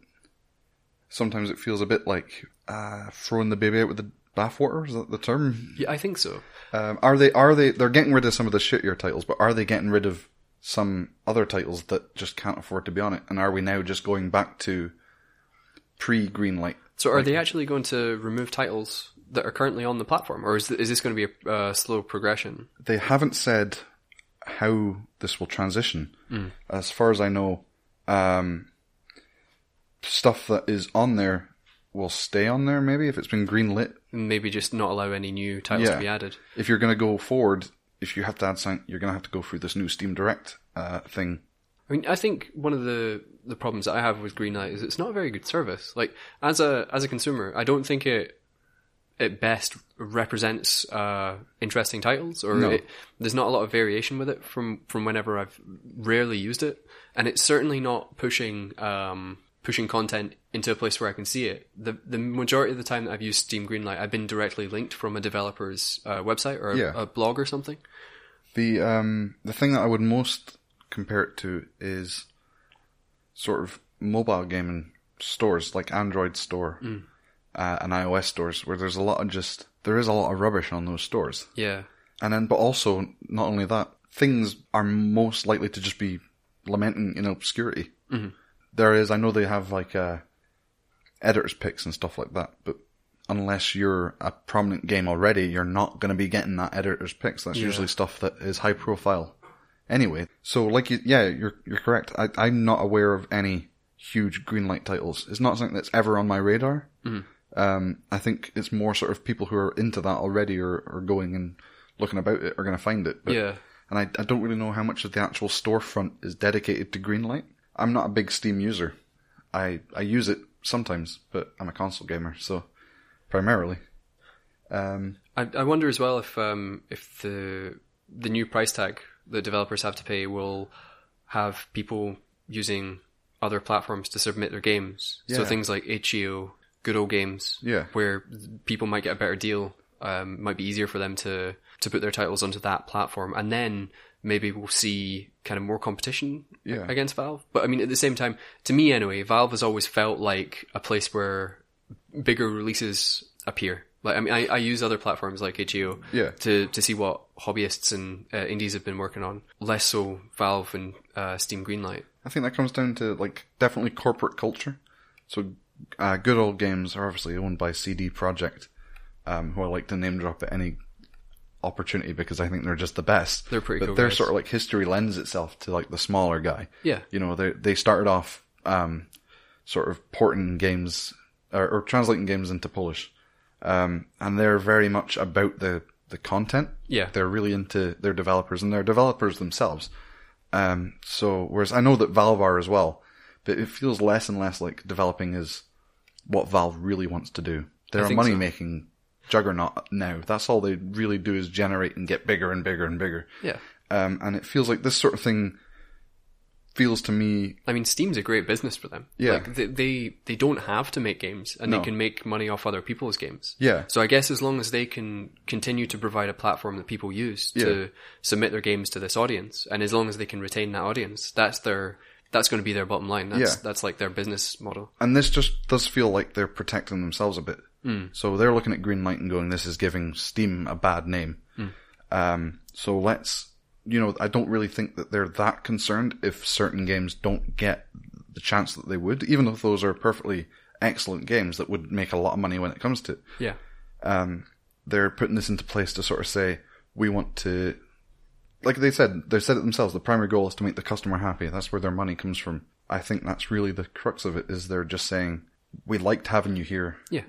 B: sometimes it feels a bit like uh, throwing the baby out with the bathwater. Is that the term?
A: Yeah, I think so.
B: Um, are they? Are they? They're getting rid of some of the shittier titles, but are they getting rid of some other titles that just can't afford to be on it? And are we now just going back to pre Greenlight?
A: So, are they actually going to remove titles that are currently on the platform, or is th- is this going to be a uh, slow progression?
B: They haven't said how this will transition. As far as I know, um, stuff that is on there will stay on there. Maybe if it's been greenlit,
A: Maybe just not allow any new titles
B: Yeah.
A: to be added.
B: if you're going to go forward, if you have to add something, you're going to have to go through this new Steam Direct uh, thing.
A: I mean, I think one of the the problems that I have with Greenlight is it's not a very good service. Like as a as a consumer, I don't think it it best represents uh, interesting titles, or
B: No.
A: it, there's not a lot of variation with it from from whenever I've rarely used it, and it's certainly not pushing um, pushing content into a place where I can see it. the The majority of the time that I've used Steam Greenlight, I've been directly linked from a developer's uh, website or a,
B: Yeah.
A: a blog or something.
B: The um the thing that I would most compare it to is sort of mobile gaming stores like Android store uh, and iOS stores where there's a lot of just there is a lot of rubbish on those stores.
A: Yeah,
B: And then but also not only that, things are most likely to just be lamenting in obscurity. There is I know they have like uh editors picks and stuff like that, but unless you're a prominent game already, you're not going to be getting that editor's picks. That's usually stuff that is high profile. Anyway, so like you, yeah, you're you're correct. I, I'm not aware of any huge greenlight titles. It's not something that's ever on my radar. Um, I think it's more sort of people who are into that already or are going and looking about it are going to find it. But,
A: Yeah.
B: And I, I don't really know how much of the actual storefront is dedicated to greenlight. I'm not a big Steam user. I I use it sometimes, but I'm a console gamer, so primarily. Um,
A: I, I wonder as well if um, if the the new price tag that developers have to pay will have people using other platforms to submit their games. So
B: Yeah.
A: things like itch.io, good old games,
B: Yeah.
A: where people might get a better deal, um, might be easier for them to to put their titles onto that platform, and then maybe we'll see kind of more competition
B: Yeah.
A: against Valve. But I mean, at the same time, to me anyway, Valve has always felt like a place where bigger releases appear. Like I mean, I, I use other platforms like itch.io
B: Yeah.
A: to to see what hobbyists and uh, indies have been working on. Less so Valve and uh, Steam Greenlight.
B: I think that comes down to like definitely corporate culture. So, uh, good old games are obviously owned by CD Projekt, um, who I like to name drop at any opportunity because I think they're just the best.
A: They're pretty
B: But
A: cool
B: their
A: guys.
B: sort of like history lends itself to like the smaller guy.
A: Yeah.
B: You know, they they started off um, sort of porting games or, or translating games into Polish, um, and they're very much about the the content.
A: Yeah.
B: They're really into their developers and their developers themselves. Um, so whereas I know that Valve are as well, but it feels less and less like developing is what Valve really wants to do. They're a
A: think
B: money
A: so.
B: making juggernaut now. That's all they really do is generate and get bigger and bigger and bigger.
A: Yeah,
B: Um, and it feels like this sort of thing feels to me
A: I mean, Steam's a great business for them.
B: Yeah.
A: like, they, they they don't have to make games, and
B: No.
A: they can make money off other people's games.
B: Yeah.
A: So I guess as long as they can continue to provide a platform that people use to
B: Yeah.
A: submit their games to this audience, and as long as they can retain that audience, that's their that's going to be their bottom line. That's
B: Yeah.
A: that's like their business model.
B: and this just does feel like they're protecting themselves a bit. Mm. So they're looking at Greenlight and going, "This is giving Steam a bad name." Um, so let's, you know, I don't really think that they're that concerned if certain games don't get the chance that they would, even if those are perfectly excellent games that would make a lot of money when it comes to it
A: Yeah.
B: they're putting this into place to sort of say we want to like they said they said it themselves the primary goal is to make the customer happy that's where their money comes from i think that's really the crux of it is they're just saying we liked having you here
A: Yeah.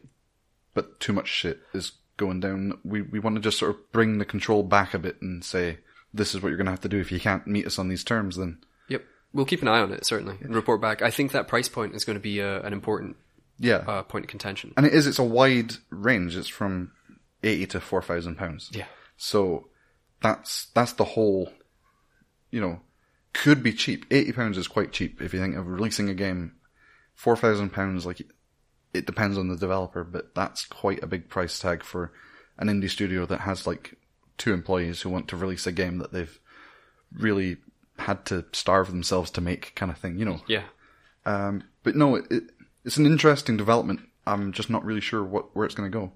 B: but too much shit is going down we we want to just sort of bring the control back a bit and say this is what you're going to have to do if you can't meet us on these terms then
A: Yep. We'll keep an eye on it, certainly, and report back. I think that price point is going to be uh, an important
B: yeah
A: uh, point of contention.
B: and it is it's a wide range it's from 80 to 4000 pounds
A: Yeah.
B: So that's that's the whole. You know, could be cheap. Eighty pounds is quite cheap if you think of releasing a game. Four thousand pounds, like it depends on the developer, but that's quite a big price tag for an indie studio that has like two employees who want to release a game that they've really had to starve themselves to make, kind of thing. You know.
A: Yeah.
B: Um, but no, it, it, it's an interesting development. I'm just not really sure what where it's going to go.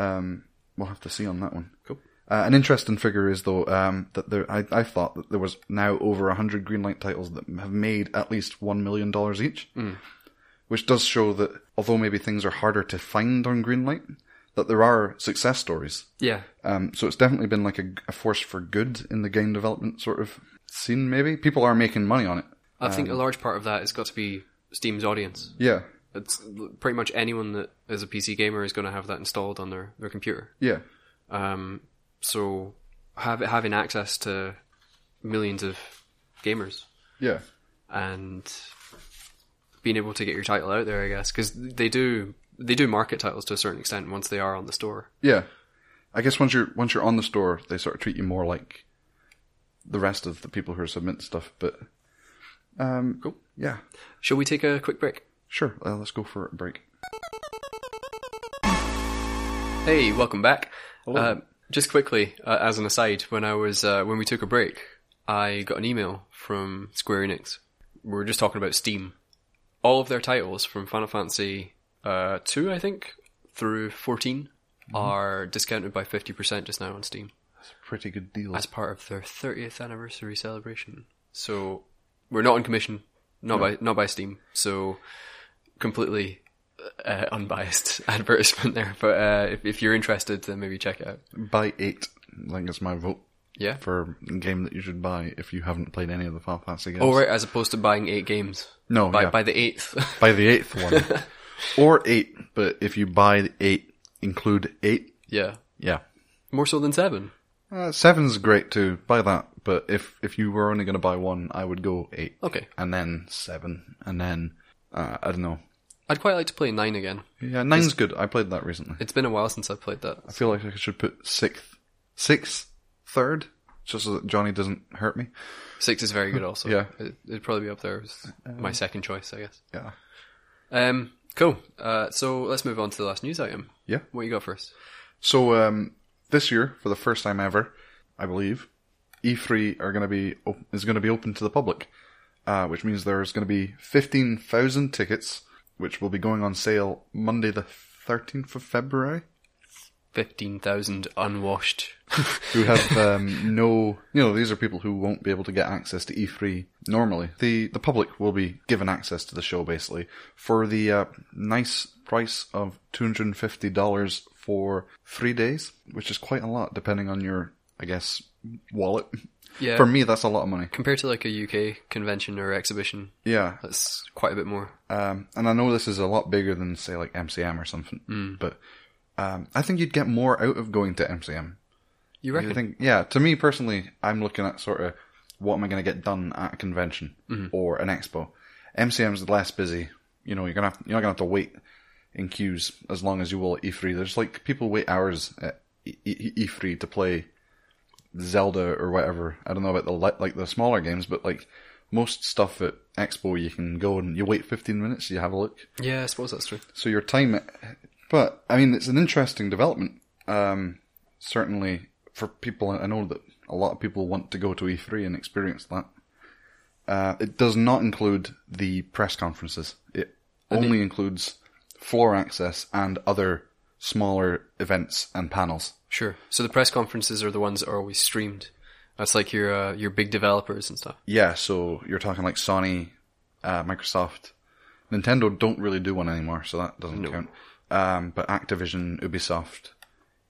B: Um, we'll have to see on that one.
A: Cool.
B: Uh, an interesting figure is though um, that there, I, I thought that there was now over hundred Greenlight titles that have made at least one million dollars each, which does show that although maybe things are harder to find on Greenlight, that there are success stories.
A: Yeah.
B: Um, so it's definitely been like a, a force for good in the game development sort of scene. Maybe people are making money on it.
A: I think a large part of that has got to be Steam's audience.
B: Yeah,
A: It's pretty much anyone that is a PC gamer is going to have that installed on their, their computer.
B: yeah,
A: Um, so have, having access to millions of gamers
B: yeah,
A: and being able to get your title out there, I guess, because they do they do market titles to a certain extent once they are on the store.
B: yeah. I guess once you're once you're on the store, they sort of treat you more like the rest of the people who are submitting stuff. But um,
A: Cool.
B: Yeah,
A: Shall we take a quick break?
B: sure. Uh, let's go for a break.
A: Hey, welcome back. Uh, just quickly, uh, as an aside, when I was uh, when we took a break, I got an email from Square Enix. We were just talking about Steam. All of their titles from Final Fantasy uh, two, I think, through 14 are discounted by fifty percent just now on Steam
B: It's a pretty good deal.
A: as part of their thirtieth anniversary celebration. So we're not on commission, not by not by Steam. So completely. Uh, unbiased advertisement there, but uh, if, if you're interested, then maybe check it out.
B: buy eight. I think it's my vote
A: Yeah.
B: for a game that you should buy if you haven't played any of the Final Fantasy games.
A: Oh right, as opposed to buying eight games.
B: No,
A: by,
B: yeah.
A: by the eighth.
B: Buy the eighth one. or eight, but if you buy the eight, include eight.
A: yeah,
B: Yeah.
A: more so than seven.
B: Uh, seven's great too. Buy that. But if, if you were only going to buy one, I would go eight.
A: Okay,
B: And then seven. And then, uh, I don't know.
A: I'd quite like to play nine again.
B: Yeah, nine's good. I played that recently.
A: It's been a while since I've played that.
B: I feel like I should put sixth, sixth, third, just so that Johnny doesn't hurt me.
A: Six is very good, also.
B: Yeah. Um,
A: it, it'd probably be up there as my second choice, I guess.
B: Yeah.
A: Um, cool. Uh, so let's move on to the last news item.
B: Yeah.
A: What you got first?
B: So um, this year, for the first time ever, I believe, E3 are going to be op- is going to be open to the public, uh, which means there's going to be fifteen thousand tickets, which will be going on sale Monday the thirteenth of February.
A: Fifteen thousand unwashed.
B: Who have um, no, you know, these are people who won't be able to get access to E3 normally. The the public will be given access to the show basically for the uh, nice price of two hundred and fifty dollars for three days, which is quite a lot depending on your, I guess, wallet.
A: Yeah.
B: For me, that's a lot of money.
A: Compared to like a UK convention or exhibition,
B: Yeah,
A: that's quite a bit more.
B: um, and I know this is a lot bigger than say like MCM or something, but um, I think you'd get more out of going to MCM.
A: You
B: I
A: reckon?
B: think, yeah, to me personally, I'm looking at sort of what am I going to get done at a convention
A: Mm-hmm.
B: or an expo. MCM's less busy. You know, you're gonna have, you're not gonna have to wait in queues as long as you will at E3. There's like people wait hours at E- E- E3 to play Zelda or whatever. I don't know about the li- like the smaller games, but like most stuff at expo, you can go and you wait 15 minutes, you have a look.
A: yeah, I suppose that's true.
B: So your time, but I mean, it's an interesting development. Um, certainly for people, I know that a lot of people want to go to E3 and experience that. Uh, it does not include the press conferences. It only includes floor access and other smaller events and panels.
A: Sure. So the press conferences are the ones that are always streamed. That's like your uh, your big developers and stuff.
B: Yeah, so you're talking like Sony, uh, Microsoft, Nintendo don't really do one anymore, so that doesn't count. Um, but Activision, Ubisoft,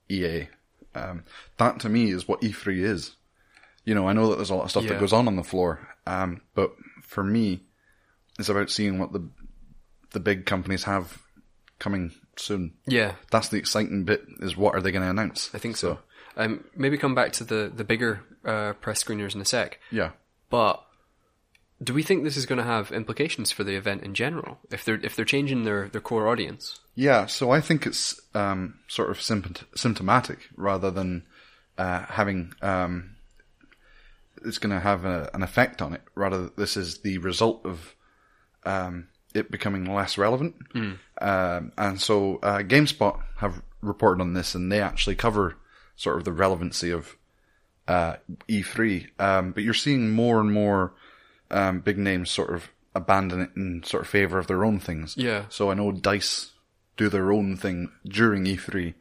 B: EA, um, that to me is what E3 is. You know, I know that there's a lot of stuff
A: Yeah.
B: that goes on on the floor, um, but for me, it's about seeing what the the big companies have coming soon.
A: Yeah,
B: That's the exciting bit: is what are they going to announce?
A: I think so. Um, maybe come back to the the bigger uh, press screeners in a sec.
B: Yeah.
A: But do we think this is going to have implications for the event in general? If they're if they're changing their, their core audience,
B: Yeah, so I think it's um, sort of sympt- symptomatic rather than uh, having. Um, it's going to have a, an effect on it. Rather, this is the result of um, it becoming less relevant. Um, and so, uh, GameSpot have reported on this, and they actually cover sort of the relevancy of uh, E3. Um, but you're seeing more and more um, big names sort of abandon it in sort of favor of their own things.
A: Yeah.
B: So I know Dice do their own thing during E E3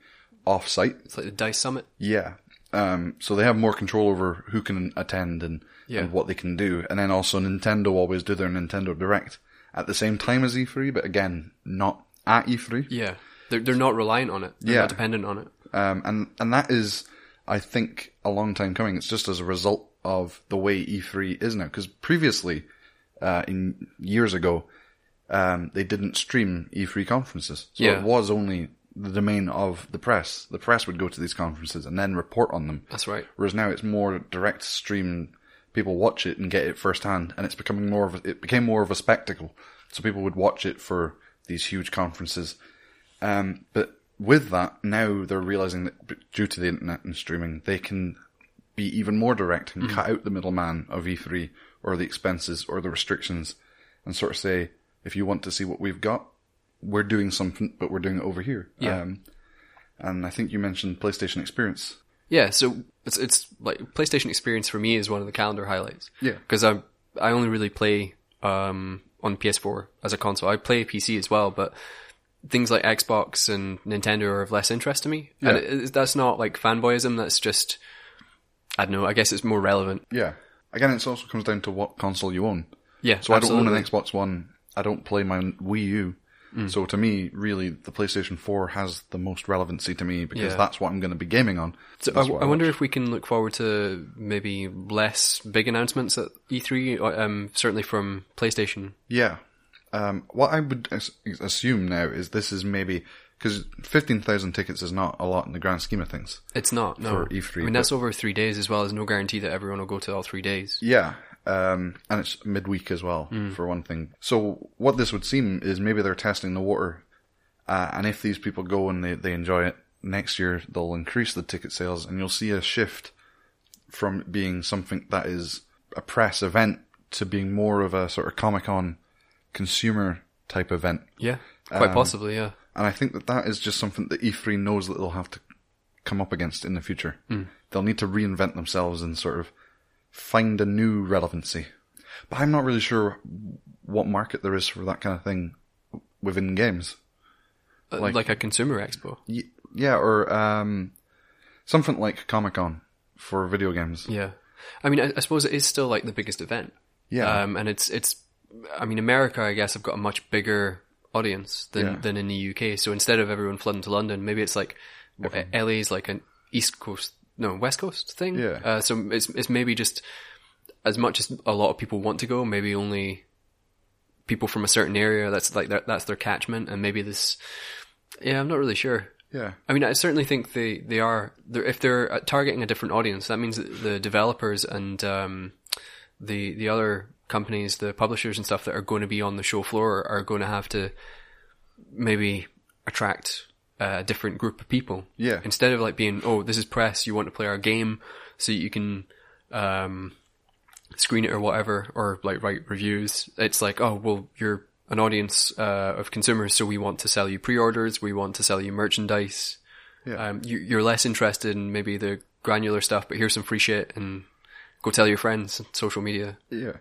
B: off site.
A: it's like the Dice Summit.
B: Yeah. Um, so they have more control over who can attend and,
A: Yeah.
B: and what they can do. And then also Nintendo always do their Nintendo Direct at the same time as E3, but again, not at E E3.
A: Yeah, they're they're not reliant on it. They're
B: Yeah.
A: not dependent on it.
B: Um, and, and that is, I think, a long time coming. It's just as a result of the way E3 is now. Because previously, uh, in years ago, um, they didn't stream E3 conferences. So
A: Yeah.
B: it was only the domain of the press. The press would go to these conferences and then report on them.
A: That's right.
B: Whereas now it's more direct stream. People watch it and get it firsthand, and it's becoming more of a, it became more of a spectacle. So people would watch it for these huge conferences. Um, but with that, now they're realizing that b- due to the internet and streaming, they can be even more direct and cut out the middleman of E3 or the expenses or the restrictions, and sort of say, if you want to see what we've got, we're doing something, but we're doing it over here.
A: Yeah.
B: Um, and I think you mentioned PlayStation Experience.
A: Yeah, so it's it's like PlayStation Experience for me is one of the calendar highlights.
B: Yeah.
A: because I I only really play um on PS4 as a console. I play PC as well, but things like Xbox and Nintendo are of less interest to me. And
B: Yeah.
A: it, it- that's not like fanboyism. That's just I don't know. I guess it's more relevant.
B: Yeah. Again, it also comes down to what console you own.
A: Yeah,
B: So I don't own an
A: absolutely. Mm.
B: Xbox One. I don't play my Wii U. So to me, really, the PlayStation 4 has the most relevancy to me because
A: Yeah.
B: that's what I'm going to be gaming on.
A: So I,
B: That's what
A: I wonder
B: watch.
A: if we can look forward to maybe less big announcements at E3. or, Um, certainly from PlayStation.
B: Yeah. Um, what I would as- assume now is this is maybe because 15,000 tickets is not a lot in the grand scheme of things.
A: It's not no.
B: For E3,
A: I mean that's over three days as well. There's no guarantee that everyone will go to all three days.
B: Yeah. Um, and it's midweek as well, for one thing. So what this would seem is maybe they're testing the water. Uh, and if these people go and they, they enjoy it next year, they'll increase the ticket sales and you'll see a shift from being something that is a press event to being more of a sort of Comic Con consumer type event.
A: Yeah,
B: Um,
A: quite possibly. Yeah,
B: And I think that that is just something that E3 knows that they'll have to come up against in the future. They'll need to reinvent themselves and sort of find a new relevancy. But I'm not really sure what market there is for that kind of thing within games.
A: Uh,
B: Like-
A: like, a consumer expo.
B: Y- Yeah, or um, something like Comic Con for video games.
A: Yeah, I mean, I, I suppose it is still like the biggest event.
B: Yeah.
A: um, and it's it's. I mean, America, I guess, have got a much bigger audience than
B: Yeah.
A: than in the UK. So instead of everyone flooding to London, maybe it's like uh, LA's like an East Coast, no West Coast thing.
B: Yeah.
A: Uh, so it's it's maybe just as much as a lot of people want to go, maybe only people from a certain area that's like their, that's their catchment, and maybe this. Yeah, I'm not really sure.
B: yeah.
A: I mean, I certainly think they they are. They're, if they're uh, targeting a different audience, that means that the developers and um, the the other companies, the publishers and stuff that are going to be on the show floor are going to have to maybe attract uh, a different group of people.
B: Yeah.
A: Instead of like being, oh, this is press. You want to play our game, so you can um, screen it or whatever, or like write reviews. It's like, oh, well, you're an audience uh, of consumers, so we want to sell you pre-orders, we want to sell you merchandise.
B: Yeah.
A: Um, you, you're less interested in maybe the granular stuff, but here's some free shit and go tell your friends on social media.
B: Yeah.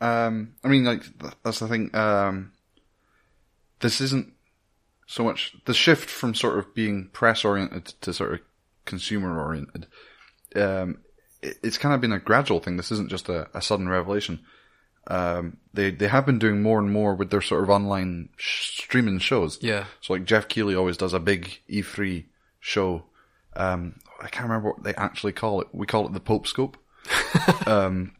B: Um, I mean, like th- that's the thing. Um, this isn't so much the shift from sort of being press oriented to sort of consumer oriented. Um, it, it's kind of been a gradual thing. This isn't just a, a sudden revelation. Um, they they have been doing more and more with their sort of online sh- streaming shows.
A: Yeah.
B: So like Jeff Keighley always does a big E3 show. Um, I can't remember what they actually call it. We call it the Pope Scope. um,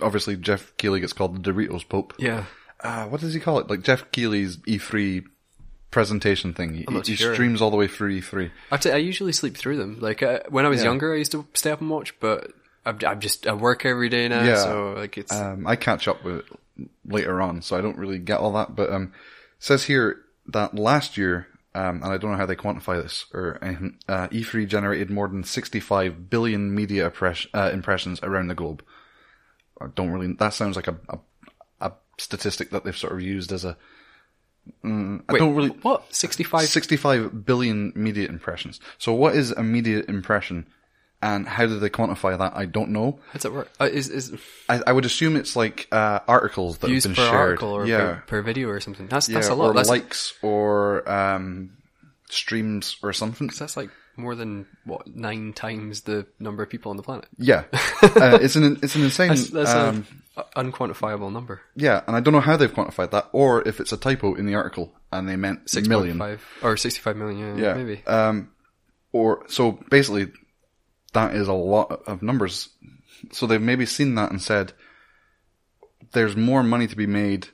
B: obviously Jeff Keighley gets called the Doritos Pope.
A: Yeah.
B: Uh, what does he call it? Like Jeff Keighley's E3 presentation thing. He,
A: I'm not
B: he
A: sure.
B: streams all the way through E E3.
A: I, have to, I usually sleep through them. Like uh, when I was
B: Yeah.
A: younger, I used to stay up and watch, but I'm, I'm just I work every day now,
B: Yeah.
A: so like it's
B: Um, I catch up with it later on, so I don't really get all that. But um, it says here that last year, um, and I don't know how they quantify this or anything, uh, E3 generated more than 65 billion media impress- uh, impressions around the globe. I don't really. That sounds like a a, a statistic that they've sort of used as a. Mm, I
A: Wait,
B: don't really.
A: what sixty five.
B: 65 billion media impressions. So what is a media impression, and how do they quantify that? I don't know.
A: How does it work? Uh, is is
B: I, I would assume it's like uh, articles that
A: used
B: have
A: per
B: been shared.
A: article or
B: yeah,
A: per, per video or something? That's that's
B: Yeah,
A: a lot.
B: Or
A: That's
B: likes or um, streams or something.
A: that's like more than what nine times the number of people on the planet.
B: Yeah, uh, it's an it's an insane.
A: That's, that's uh,
B: um,
A: a a unquantifiable number.
B: yeah, and I don't know how they've quantified that, or if it's a typo in the article and they meant
A: Six
B: million.
A: point five or sixty-five million. Yeah,
B: Yeah.
A: maybe.
B: Um, or so basically, that is a lot of numbers. So they've maybe seen that and said, "There's more money to be made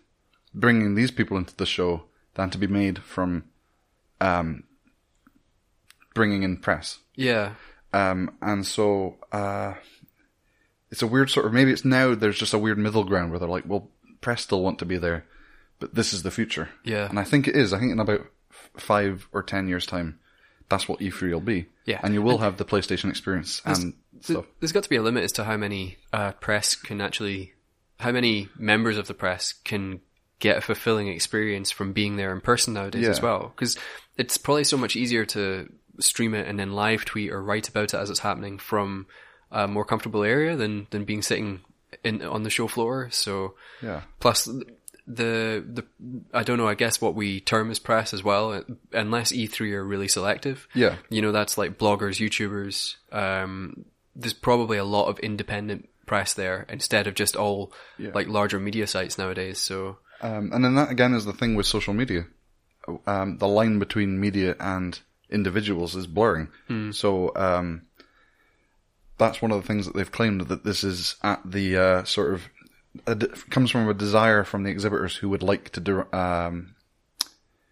B: bringing these people into the show than to be made from um, bringing in press."
A: yeah,
B: Um, and so uh, it's a weird sort of maybe it's now there's just a weird middle ground where they're like, well, press still want to be there, but this is the future.
A: Yeah.
B: and I think it is. I think in about f- five or ten years' time, that's what E3 will be.
A: Yeah.
B: and you will have the PlayStation experience and
A: Th-
B: stuff.
A: There's got to be a limit as to how many uh, press can actually, how many members of the press can get a fulfilling experience from being there in person nowadays as
B: Yeah.
A: well. Because it's probably so much easier to stream it and then live tweet or write about it as it's happening from a more comfortable area than than being sitting in on the show floor. So
B: Yeah,
A: plus th- the the I don't know. I guess what we term as press as well, unless E three are really selective.
B: Yeah.
A: you know that's like bloggers, YouTubers. Um, there's probably a lot of independent press there instead of just all like larger media sites nowadays. So
B: um, and then that again is the thing with social media. Um, the line between media and individuals is blurring. So um, that's one of the things that they've claimed that this is at the uh, sort of a de- comes from a desire from the exhibitors who would like to dir- um,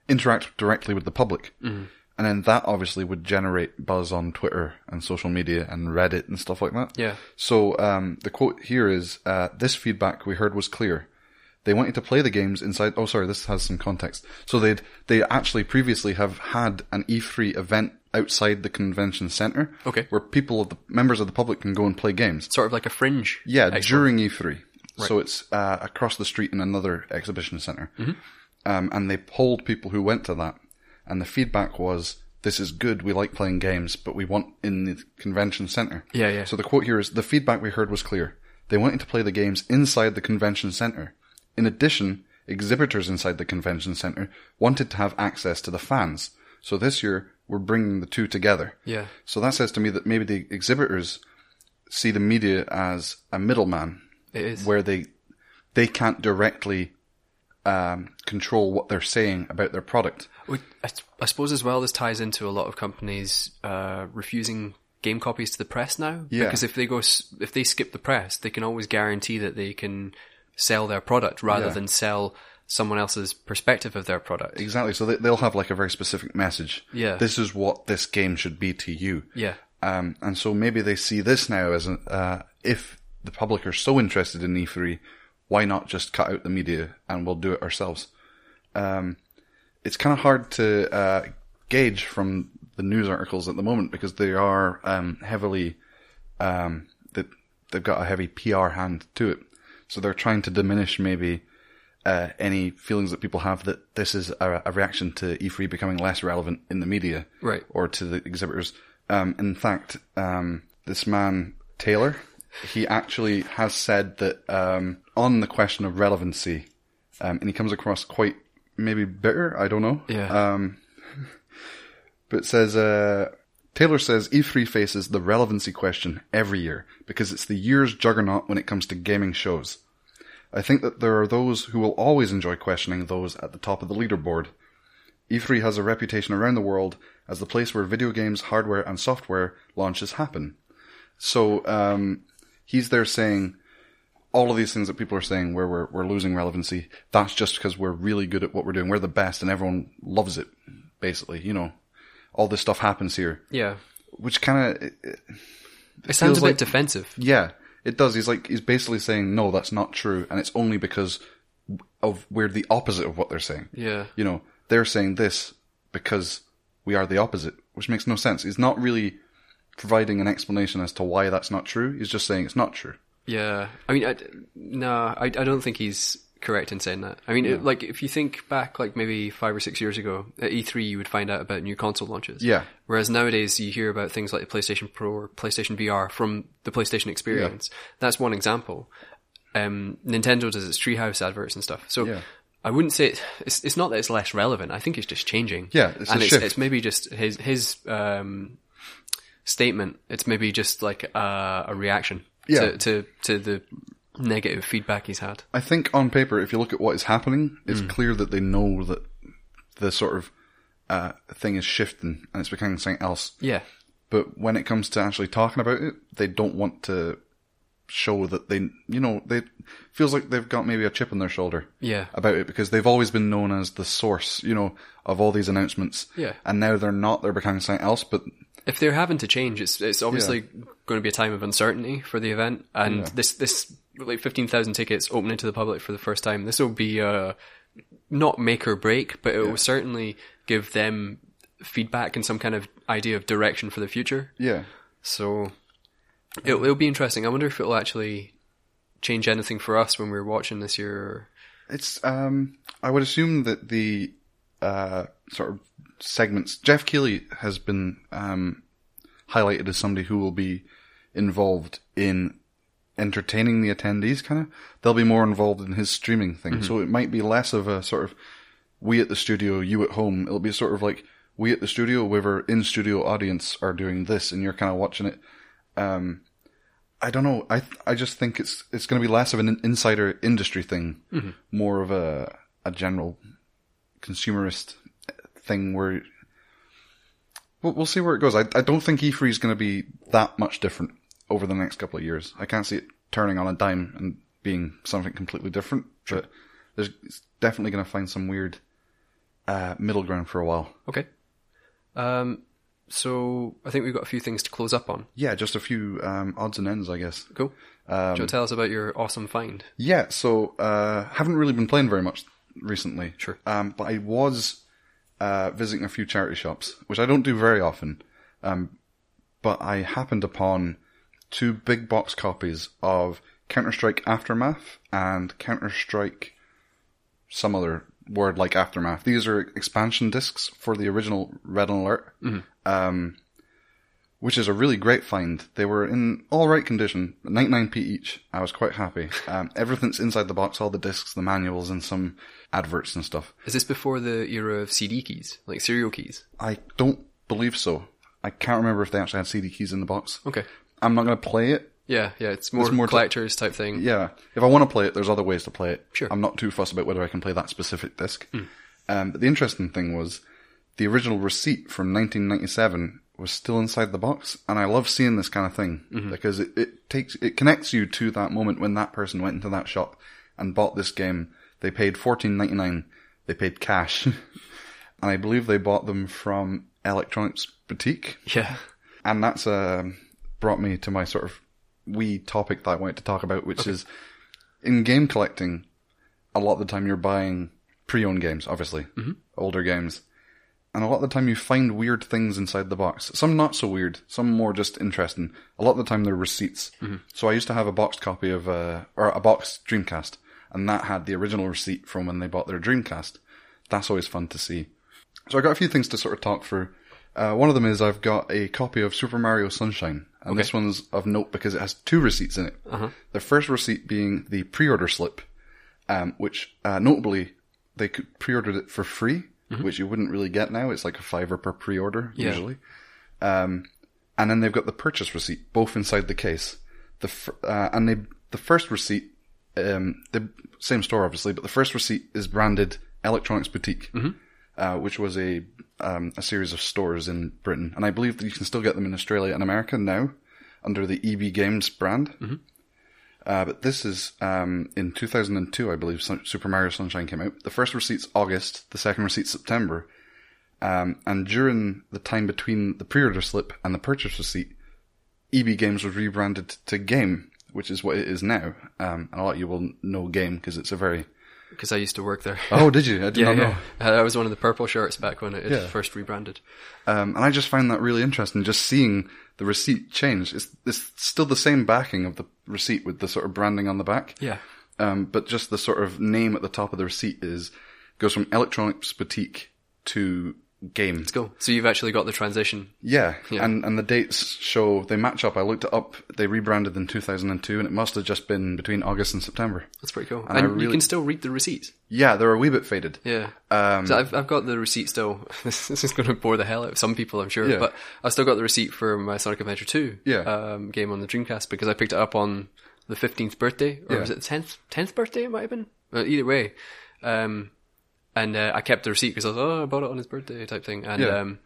B: interact directly with the public. And then that obviously would generate buzz on Twitter and social media and Reddit and stuff like that.
A: Yeah.
B: So um, the quote here is uh, This feedback we heard was clear. They wanted to play the games inside. Oh, sorry, this has some context. So they'd they actually previously have had an E3 event outside the convention center,
A: Okay.
B: where people of the members of the public can go and play games.
A: sort of like a fringe.
B: Yeah, during E3. So it's uh, across the street in another exhibition center. Um, and they polled people who went to that. And the feedback was, this is good, we like playing games, but we want in the convention center.
A: Yeah, yeah.
B: So the quote here is, the feedback we heard was clear. They wanted to play the games inside the convention center. In addition, exhibitors inside the convention center wanted to have access to the fans. So this year, we're bringing the two together.
A: Yeah.
B: So that says to me that maybe the exhibitors see the media as a middleman,
A: It is.
B: where they they can't directly um, control what they're saying about their product.
A: Which- I, s- I suppose as well, this ties into a lot of companies uh, refusing game copies to the press now.
B: Yeah.
A: Because if they go, s- if they skip the press, they can always guarantee that they can sell their product rather
B: Yeah.
A: than sell someone else's perspective of their product.
B: Exactly. So they, they'll have like a very specific message.
A: Yeah.
B: This is what this game should be to you.
A: Yeah.
B: Um, and so maybe they see this now as an, uh, if the public are so interested in E3, why not just cut out the media and we'll do it ourselves? Um, it's kind of hard to uh, gauge from the news articles at the moment because they are um, heavily um, that they've got a heavy PR hand to it, so they're trying to diminish maybe uh, any feelings that people have that this is a, a reaction to E3 becoming less relevant in the media,
A: Right.
B: or to the exhibitors. Um, in fact, um, this man Taylor, he actually has said that um, on the question of relevancy, um, and he comes across quite maybe bitter. I don't know.
A: Yeah.
B: Um, but it says uh, Taylor says E3 faces the relevancy question every year because it's the year's juggernaut when it comes to gaming shows. I think that there are those who will always enjoy questioning those at the top of the leaderboard. E3 has a reputation around the world as the place where video games, hardware, and software launches happen. So um, he's there saying all of these things that people are saying where we're, we're losing relevancy. That's just because we're really good at what we're doing. We're the best and everyone loves it, basically. You know, all this stuff happens here,
A: Yeah.
B: which kind of,
A: It, sounds
B: feels
A: a bit
B: like-
A: defensive.
B: yeah, it does. He's like, he's basically saying, no, that's not true. And it's only because of we're the opposite of what they're saying
A: Yeah.
B: you know, they're saying this because we are the opposite, which makes no sense. He's not really providing an explanation as to why that's not true. He's just saying it's not true.
A: Yeah, I mean, I, no, I, I don't think he's correct in saying that. I mean, it, like if you think back, like maybe five or six years ago at E3, you would find out about new console launches.
B: Yeah.
A: Whereas nowadays, you hear about things like the PlayStation Pro or PlayStation VR from the PlayStation experience. That's one example. Um, Nintendo does its Treehouse adverts and stuff. So.
B: Yeah.
A: I wouldn't say it, it's. It's not that it's less relevant. I think it's just changing.
B: Yeah, it's a
A: and it's,
B: shift.
A: it's maybe just his his um, statement. It's maybe just like uh, a, a reaction
B: Yeah.
A: to, to to the negative feedback he's had.
B: I think on paper, if you look at what is happening, it's clear that they know that the sort of uh, thing is shifting and it's becoming something else.
A: Yeah,
B: But when it comes to actually talking about it, they don't want to show that they, you know, they feels like they've got maybe a chip on their shoulder
A: yeah,
B: about it because they've always been known as the source, you know, of all these announcements.
A: Yeah.
B: And now they're not; they're becoming something else. But
A: if they're having to change, it's it's obviously going to be a time of uncertainty for the event, and this this like fifteen thousand tickets opening to the public for the first time. This will be uh, not make or break, but it will certainly give them feedback and some kind of idea of direction for the future.
B: yeah,
A: So it'll, it'll be interesting. I wonder if it'll actually change anything for us when we're watching this year.
B: It's um I would assume that the uh sort of segments Jeff Keighley has been um highlighted as somebody who will be involved in entertaining the attendees kind of they'll be more involved in his streaming thing so it might be less of a sort of we at the studio you at home it'll be sort of like we at the studio with our in studio audience are doing this and you're kind of watching it I don't know. I I just think it's it's going to be less of an insider industry thing, more of a a general consumerist thing where we'll, we'll see where it goes. I I don't think E3 is going to be that much different over the next couple of years. I can't see it turning on a dime and being something completely different. But there's it's definitely going to find some weird uh, middle ground for a while.
A: Okay. Um, so I think we've got a few things to close up on.
B: Yeah, just a few um, odds and ends, I guess.
A: Cool. Um, Do you wanna tell us about your awesome find?
B: Yeah, so uh haven't really been playing very much recently.
A: Sure.
B: Um but I was uh visiting a few charity shops, which I don't do very often. Um but I happened upon two big box copies of Counter-Strike Aftermath and Counter-Strike some other word like Aftermath. These are expansion discs for the original Red Alert. Um which is a really great find. They were in all right condition, 99p each. I was quite happy. Um, everything's inside the box, all the discs, the manuals, and some adverts and stuff.
A: Is this before the era of CD keys, like serial keys?
B: I don't believe so. I can't remember if they actually had CD keys in the box.
A: Okay.
B: I'm not going to play it.
A: Yeah, yeah. It's more,
B: more to-
A: collectors type thing.
B: Mm. Yeah, if I want to play it, there's other ways to play it.
A: Sure.
B: I'm not too fussed about whether I can play that specific disc. Um, but the interesting thing was the original receipt from 1997 was still inside the box, and I love seeing this kind of thing because it, it takes it connects you to that moment when that person went into that shop and bought this game. They paid 14.99. They paid cash, and I believe they bought them from Electronics Boutique
A: Yeah.
B: and that's um brought me to my sort of wee topic that I wanted to talk about, which is in game collecting. A lot of the time, you're buying pre-owned games, obviously older games, and a lot of the time you find weird things inside the box. Some not so weird, some more just interesting. A lot of the time they're receipts. So I used to have a boxed copy of uh, or a boxed Dreamcast, and that had the original receipt from when they bought their Dreamcast. That's always fun to see. So I got a few things to sort of talk through. Uh, one of them is I've got a copy of Super Mario Sunshine, and this one's of note because it has two receipts in it. The first receipt being the pre-order slip, um, which uh, notably they could pre-ordered it for free, which you wouldn't really get now. It's like a fiver per pre-order usually. Um, and then they've got the purchase receipt, both inside the case. The fir- uh, and they the first receipt, um, the same store obviously, but the first receipt is branded Electronics Boutique, uh, which was a um, a series of stores in Britain, and I believe that you can still get them in Australia and America now under the EB Games brand. Uh, but this is um, in 2002, I believe, Sun- Super Mario Sunshine came out. The first receipt's August, the second receipt's September. Um, and during the time between the pre order slip and the purchase receipt, EB Games was rebranded to Game, which is what it is now. Um, and a lot of you will know Game because it's a very.
A: Because I used to work there.
B: Oh, did you? I did
A: yeah,
B: not know.
A: yeah. Uh, I was one of the purple shirts back when it
B: Yeah.
A: first rebranded.
B: Um, and I just find that really interesting, just seeing the receipt change. It's, it's still the same backing of the receipt with the sort of branding on the back.
A: Yeah.
B: Um, but just the sort of name at the top of the receipt is goes from Electronics Boutique to game.
A: Let's go. So you've actually got the transition.
B: Yeah.
A: Yeah.
B: and and the dates show they match up. I looked it up. They rebranded in 2002, and it must have just been between August and September.
A: That's pretty cool.
B: And I
A: And, you
B: really-
A: can still read the receipts.
B: Yeah, they're a wee bit faded.
A: Yeah.
B: Um,
A: So I've, I've got the receipt still. this is going to bore the hell out of some people, I'm sure.
B: Yeah.
A: But I've still got the receipt for my Sonic Adventure 2
B: Yeah.
A: um, game on the Dreamcast because I picked it up on the 15th birthday, or
B: Yeah.
A: was it 10th, 10th birthday it might have been? Uh, either way. Um, and uh, I kept the receipt because I was, oh, I bought it on his birthday type thing. And
B: Yeah.
A: um,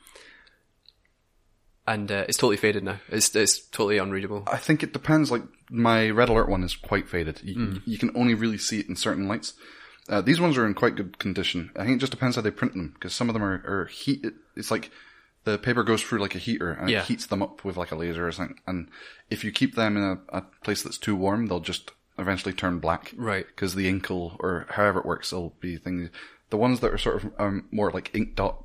A: and uh, it's totally faded now. It's, it's totally unreadable.
B: I think it depends. Like my red alert one is quite faded. You,
A: Hmm.
B: you can only really see it in certain lights. Uh, these ones are in quite good condition. I think it just depends how they print them because some of them are, are heat. It, it's like the paper goes through like a heater and
A: Yeah.
B: it heats them up with like a laser or something. And if you keep them in a, a place that's too warm, they'll just eventually turn black.
A: Right.
B: Because the inkle or however it works, it'll be things. The ones that are sort of um, more like ink dot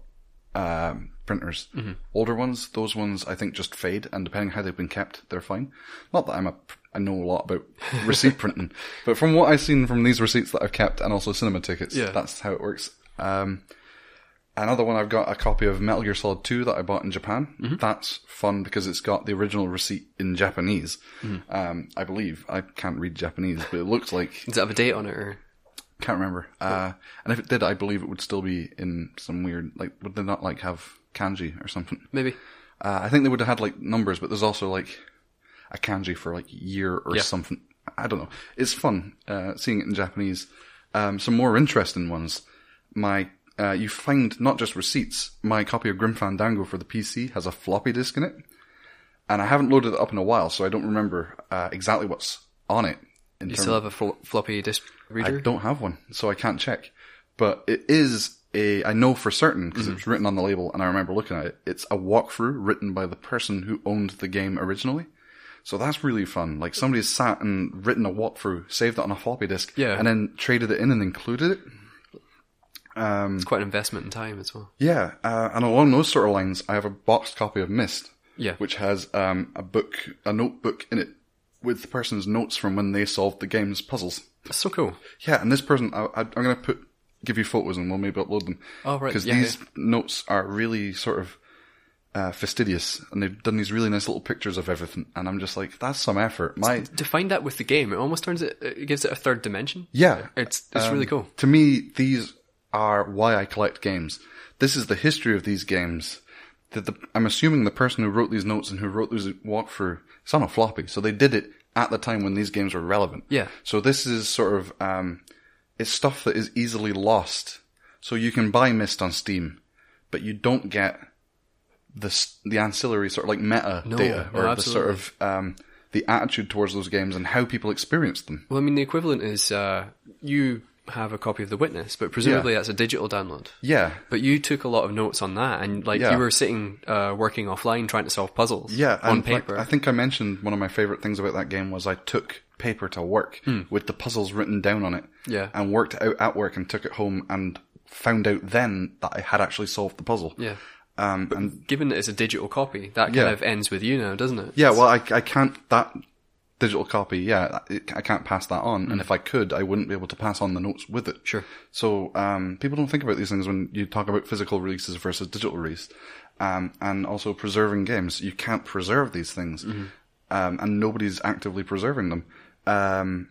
B: um, printers. Older ones, those ones I think just fade, and depending how they've been kept, they're fine. Not that I'm a, I know a lot about receipt printing, but from what I've seen from these receipts that I've kept, and also cinema tickets,
A: Yeah.
B: that's how it works. Um, another one I've got a copy of Metal Gear Solid 2 that I bought in Japan. That's fun because it's got the original receipt in Japanese. Um, I believe I can't read Japanese, but it looks like
A: Does it have a date on it? or
B: can't remember. Uh, and if it did, I believe it would still be in some weird like would they not like have kanji or something?
A: Maybe.
B: Uh, I think they would have had like numbers, but there's also like a kanji for like year or something. I don't know. It's fun uh, seeing it in Japanese. Um, some more interesting ones. My uh, you find not just receipts. My copy of Grim Fandango for the PC has a floppy disk in it, and I haven't loaded it up in a while, so I don't remember uh, exactly what's on it. In
A: You still have a fl- floppy disk
B: Um, I
A: reader?
B: don't have one, so I can't check. But it is a, I know for certain because it was written on the label and I remember looking at it. It's a walkthrough written by the person who owned the game originally. So that's really fun. Like somebody's sat and written a walkthrough, saved it on a floppy disk,
A: Yeah.
B: and then traded it in and included it.
A: It's quite an investment in time as well.
B: Yeah, uh, and along those sort of lines, I have a boxed copy of Mist,
A: Yeah.
B: which has um, a book, a notebook in it with the person's notes from when they solved the game's puzzles.
A: That's so cool.
B: Yeah, and this person, I, I, I'm going to put give you photos and we'll maybe upload them.
A: Oh, right,
B: Because
A: yeah,
B: these notes are really sort of uh, fastidious, and they've done these really nice little pictures of everything, and I'm just like, that's some effort. My
A: to find that with the game, it almost turns it, it gives it a third dimension.
B: yeah,
A: It's it's
B: Um,
A: really cool.
B: To me, these are why I collect games. This is the history of these games. That the, I'm assuming the person who wrote these notes and who wrote these walkthrough, it's on a floppy, so they did it at the time when these games were relevant.
A: Yeah.
B: So this is sort of um, it's stuff that is easily lost. So you can buy Mist on Steam, but you don't get the s- the ancillary sort of like meta
A: No,
B: data
A: no,
B: or the sort of um, the attitude towards those games and how people experience them.
A: Well, I mean, the equivalent is uh, you have a copy of The Witness, but presumably that's a digital download.
B: Yeah.
A: But you took a lot of notes on that, and like
B: Yeah.
A: you were sitting uh, working offline trying to solve puzzles.
B: Yeah,
A: on
B: and like,
A: paper.
B: I think I mentioned one of my favorite things about that game was I took paper to work with the puzzles written down on it.
A: Hmm. Yeah.
B: and worked it out at work and took it home and found out then that I had actually solved the puzzle.
A: yeah.
B: um, and
A: Given that it's a digital copy, that kind
B: Yeah.
A: of ends with you now, doesn't it?
B: yeah, well, I I can't that digital copy. Yeah, it, I can't pass that on, and if I could, I wouldn't be able to pass on the notes with it.
A: Hmm. Sure.
B: So um, people don't think about these things when you talk about physical releases versus digital release, um, and also preserving games. You can't preserve these things,
A: Mm-hmm.
B: um, and nobody's actively preserving them. Um,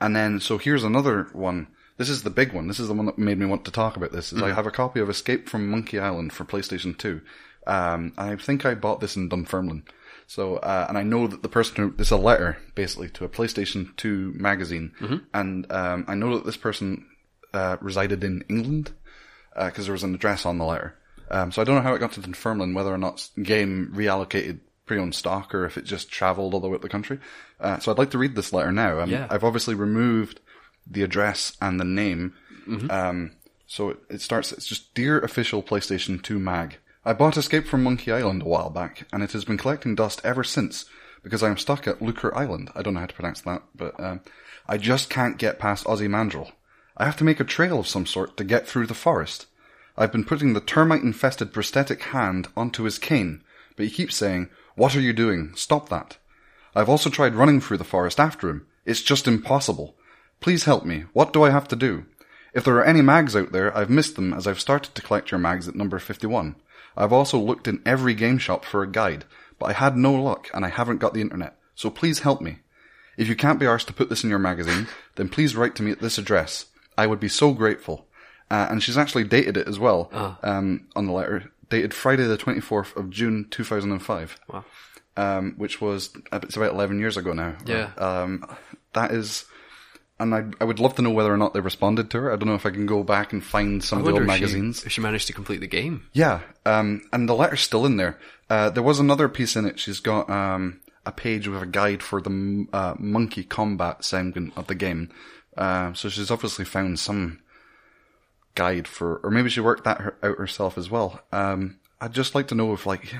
B: and then, so here's another one. This is the big one. This is the one that made me want to talk about this. Is I have a copy of Escape from Monkey Island for PlayStation Two. Um, I think I bought this in Dunfermline. So, uh, and I know that the person who, it's a letter basically to a PlayStation 2 magazine. And, um, I know that this person, uh, resided in England, uh 'cause cause there was an address on the letter. Um, so I don't know how it got to Dunfermline, whether or not game reallocated pre-owned stock or if it just traveled all the way up the country. Uh, so I'd like to read this letter now. Um,
A: Yeah.
B: I've obviously removed the address and the name. Um, so it, it starts, it's just Dear Official PlayStation 2 Mag. I bought Escape from Monkey Island a while back, and it has been collecting dust ever since because I am stuck at Lucre Island. I don't know how to pronounce that, but um, I just can't get past Ozzymandrel. I have to make a trail of some sort to get through the forest. I've been putting the termite infested prosthetic hand onto his cane, but he keeps saying, What are you doing? Stop that. I've also tried running through the forest after him. It's just impossible. Please help me. What do I have to do? If there are any mags out there, I've missed them as I've started to collect your mags at number 51. I've also looked in every game shop for a guide, but I had no luck and I haven't got the internet, so please help me. If you can't be arsed to put this in your magazine, then please write to me at this address. I would be so grateful. Uh, and she's actually dated it as well
A: Ah.
B: um, on the letter, dated Friday the 24th of June 2005
A: Wow.
B: um, which was it's about eleven years ago now.
A: Yeah.
B: Um, that is, and I I would love to know whether or not they responded to her. I don't know if I can go back and find some
A: I
B: of the
A: wonder
B: old
A: if she-
B: magazines.
A: if she managed to complete the game.
B: Yeah. Um, and the letter's still in there. Uh, there was another piece in it. She's got um a page with a guide for the m- uh, monkey combat segment of the game. Um, so she's obviously found some guide for, or maybe she worked that her, out herself as well. Um, I'd just like to know if like,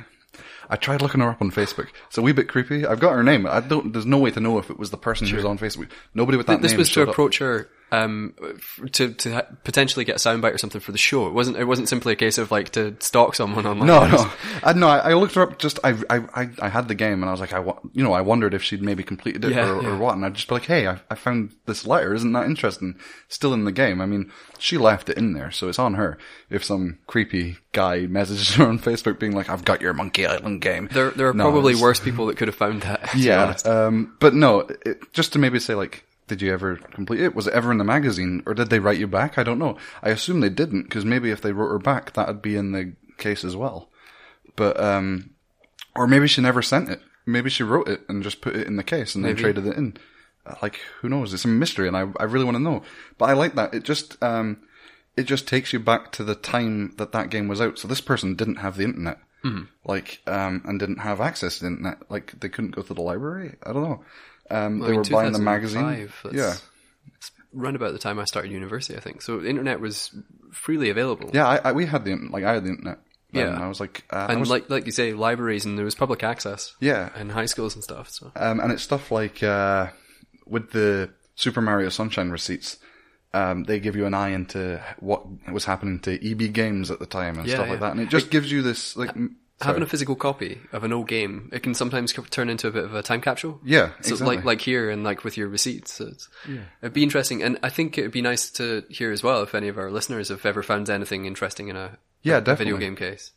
B: I tried looking her up on Facebook. It's a wee bit creepy. I've got her name. I don't. There's no way to know if it was the person who was on Facebook. Nobody with that
A: this
B: name
A: was to
B: showed up.
A: approach her um, f- to to ha- potentially get a soundbite or something for the show. It wasn't it wasn't simply a case of like to stalk someone online.
B: No, no, I, no. I I looked her up. Just I, I, I- I had the game, and I was like, I, wa- you know, I wondered if she'd maybe completed it
A: Yeah,
B: or,
A: yeah.
B: or what. And I'd just be like, hey, I, I found this letter. Isn't that interesting? Still in the game. I mean, she left it in there, so it's on her. If some creepy guy messages her on Facebook, being like, "I've got your Monkey Island game,"
A: There, there are
B: No,
A: probably
B: it's-
A: worse people that could have found that. to be
B: Yeah,
A: honest.
B: um, but no, it, just to maybe say like. Did you ever complete it? Was it ever in the magazine, or did they write you back? I don't know. I assume they didn't, because maybe if they wrote her back, that'd be in the case as well but um, or maybe she never sent it. Maybe she wrote it and just put it in the case and
A: Maybe.
B: then traded it in. Uh, Like who knows? It's a mystery, and I I really want to know. But I like that. It just um, it just takes you back to the time that that game was out. So this person didn't have the internet,
A: Mm-hmm.
B: like um, and didn't have access to the internet. Like they couldn't go to the library. I don't know. Um,
A: I
B: they
A: mean,
B: were buying the magazine.
A: 2005, that's-
B: Yeah,
A: that's Round about the time I started university, I think. So the internet was freely available.
B: yeah. I, I we had the in- like I had the internet. then,
A: Yeah.
B: and I was like, uh, I
A: And
B: was-
A: like like you say, libraries and there was public access.
B: Yeah.
A: And high schools and stuff. So
B: Um, and it's stuff like uh, with the Super Mario Sunshine receipts, um, they give you an eye into what was happening to EB Games at the time and
A: Yeah,
B: stuff
A: yeah.
B: like that. And it just gives you this like m-
A: having
B: sorry.
A: a physical copy of an old game, it can sometimes co- turn into a bit of a time capsule.
B: Yeah,
A: so
B: exactly.
A: like like here and like with your receipts, so it's, it'd be interesting. And I think it'd be nice to hear as well if any of our listeners have ever found anything interesting in a
B: Yeah,
A: a video
B: definitely.
A: game case.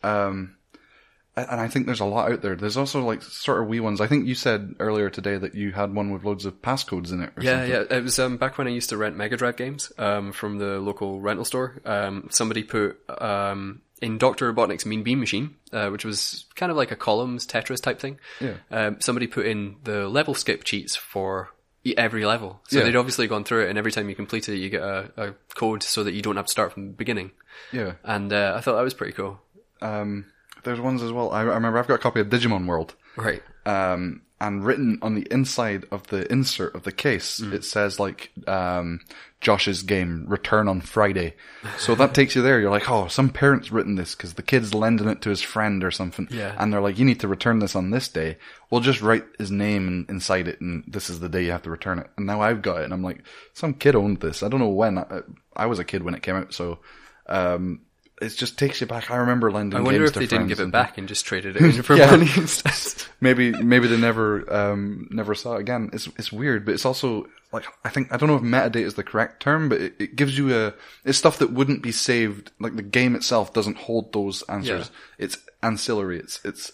B: and I think there's a lot out there. There's also like sort of wee ones. I think you said earlier today that you had one with loads of passcodes in it. Or
A: Yeah,
B: something.
A: yeah. It was um, back when I used to rent Mega Drive games um, from the local rental store. Um, somebody put um, in Doctor Robotnik's Mean Bean Machine, uh, which was kind of like a columns Tetris type thing.
B: Yeah.
A: Um, somebody put in the level skip cheats for e- every level, so
B: Yeah.
A: they'd obviously gone through it, and every time you complete it, you get a, a code so that you don't have to start from the beginning.
B: yeah.
A: And uh, I thought that was pretty cool.
B: Um, there's ones as well. I, I remember I've got a copy of Digimon World.
A: Right.
B: um, and written on the inside of the insert of the case,
A: Mm.
B: it says like um, Josh's game return on Friday. So that takes you there. You're like, oh, some parents written this because the kid's lending it to his friend or something,
A: Yeah.
B: and they're like, you need to return this on this day. We'll just write his name and inside it, and this is the day you have to return it. And now I've got it, and I'm like, some kid owned this. I don't know when. I, I was a kid when it came out, so. Um, it just takes you back. I remember lending.
A: I wonder
B: games
A: if
B: to
A: they didn't
B: friends
A: give
B: and
A: it
B: things.
A: back and just traded it in for
B: Yeah.
A: money instead.
B: Maybe maybe they never um never saw it again. It's it's weird, but it's also like I think I don't know if metadata is the correct term, but it, it gives you a it's stuff that wouldn't be saved. Like the game itself doesn't hold those answers. It's ancillary. It's it's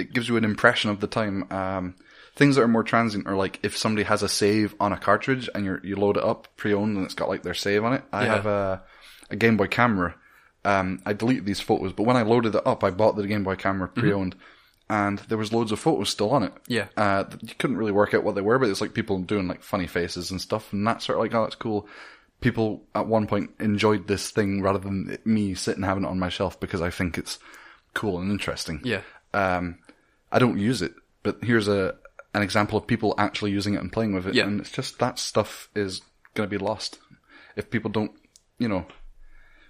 B: it gives you an impression of the time. Um, things that are more transient are like if somebody has a save on a cartridge and you you load it up pre-owned and it's got like their save on it. I
A: Yeah.
B: have a a Game Boy camera. Um, I deleted these photos, but when I loaded it up, I bought the Game Boy camera pre-owned, and there was loads of photos still on it.
A: Yeah.
B: uh, th- you couldn't really work out what they were, but it's like people doing like funny faces and stuff, and that sort of like, oh, that's cool. People at one point enjoyed this thing rather than it- me sitting having it on my shelf because I think it's cool and interesting.
A: Yeah.
B: Um, I don't use it, but here's a an example of people actually using it and playing with it,
A: Yeah.
B: and it's just that stuff is going to be lost if people don't, you know,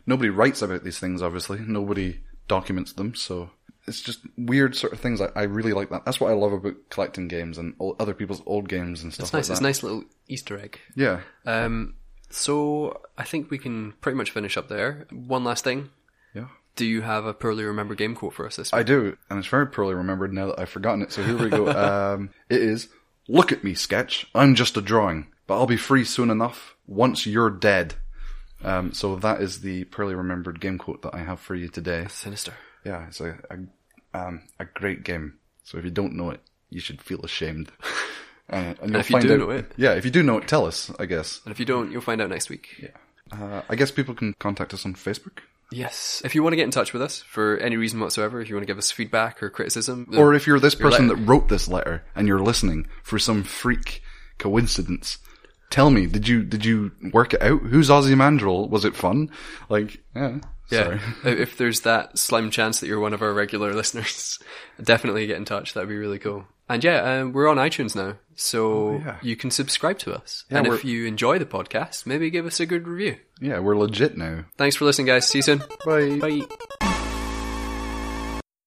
B: nobody writes about these things. Obviously, nobody documents them, so it's just weird sort of things. I, I really like that. That's what I love about collecting games and o- other people's old games and stuff
A: It's nice.
B: like
A: It's a
B: that.
A: nice little Easter egg.
B: Yeah,
A: Um, so I think we can pretty much finish up there. One last thing.
B: yeah.
A: Do you have a poorly remembered game quote for us this week?
B: I do, and it's very poorly remembered now that I've forgotten it. So here we go. um, it is. Look at me, sketch. I'm just a drawing, but I'll be free soon enough. Once you're dead. Um, so that is the poorly remembered game quote that I have for you today.
A: Sinister.
B: Yeah, it's a, a, um, a great game. So if you don't know it, you should feel ashamed. Uh, and you'll
A: if you do
B: out-
A: know it.
B: Yeah, if you do know it, tell us, I guess.
A: And if you don't, you'll find out next week.
B: Yeah. Uh, I guess people can contact us on Facebook.
A: Yes. If you want to get in touch with us for any reason whatsoever, if you want to give us feedback or criticism,
B: Or if you're this person
A: letter.
B: that wrote this letter and you're listening for some freak coincidence, tell me, did you did you work it out? Who's Ozzymandrel? Was it fun? Like, yeah.
A: yeah,
B: Sorry.
A: if there's that slim chance that you're one of our regular listeners, definitely get in touch. That'd be really cool. And yeah, um, we're on iTunes now, so
B: Oh, yeah.
A: you can subscribe to us. and if
B: we're-
A: you enjoy the podcast, maybe give us a good review.
B: Yeah, we're legit now.
A: Thanks for listening, guys. See you soon.
B: Bye.
A: Bye.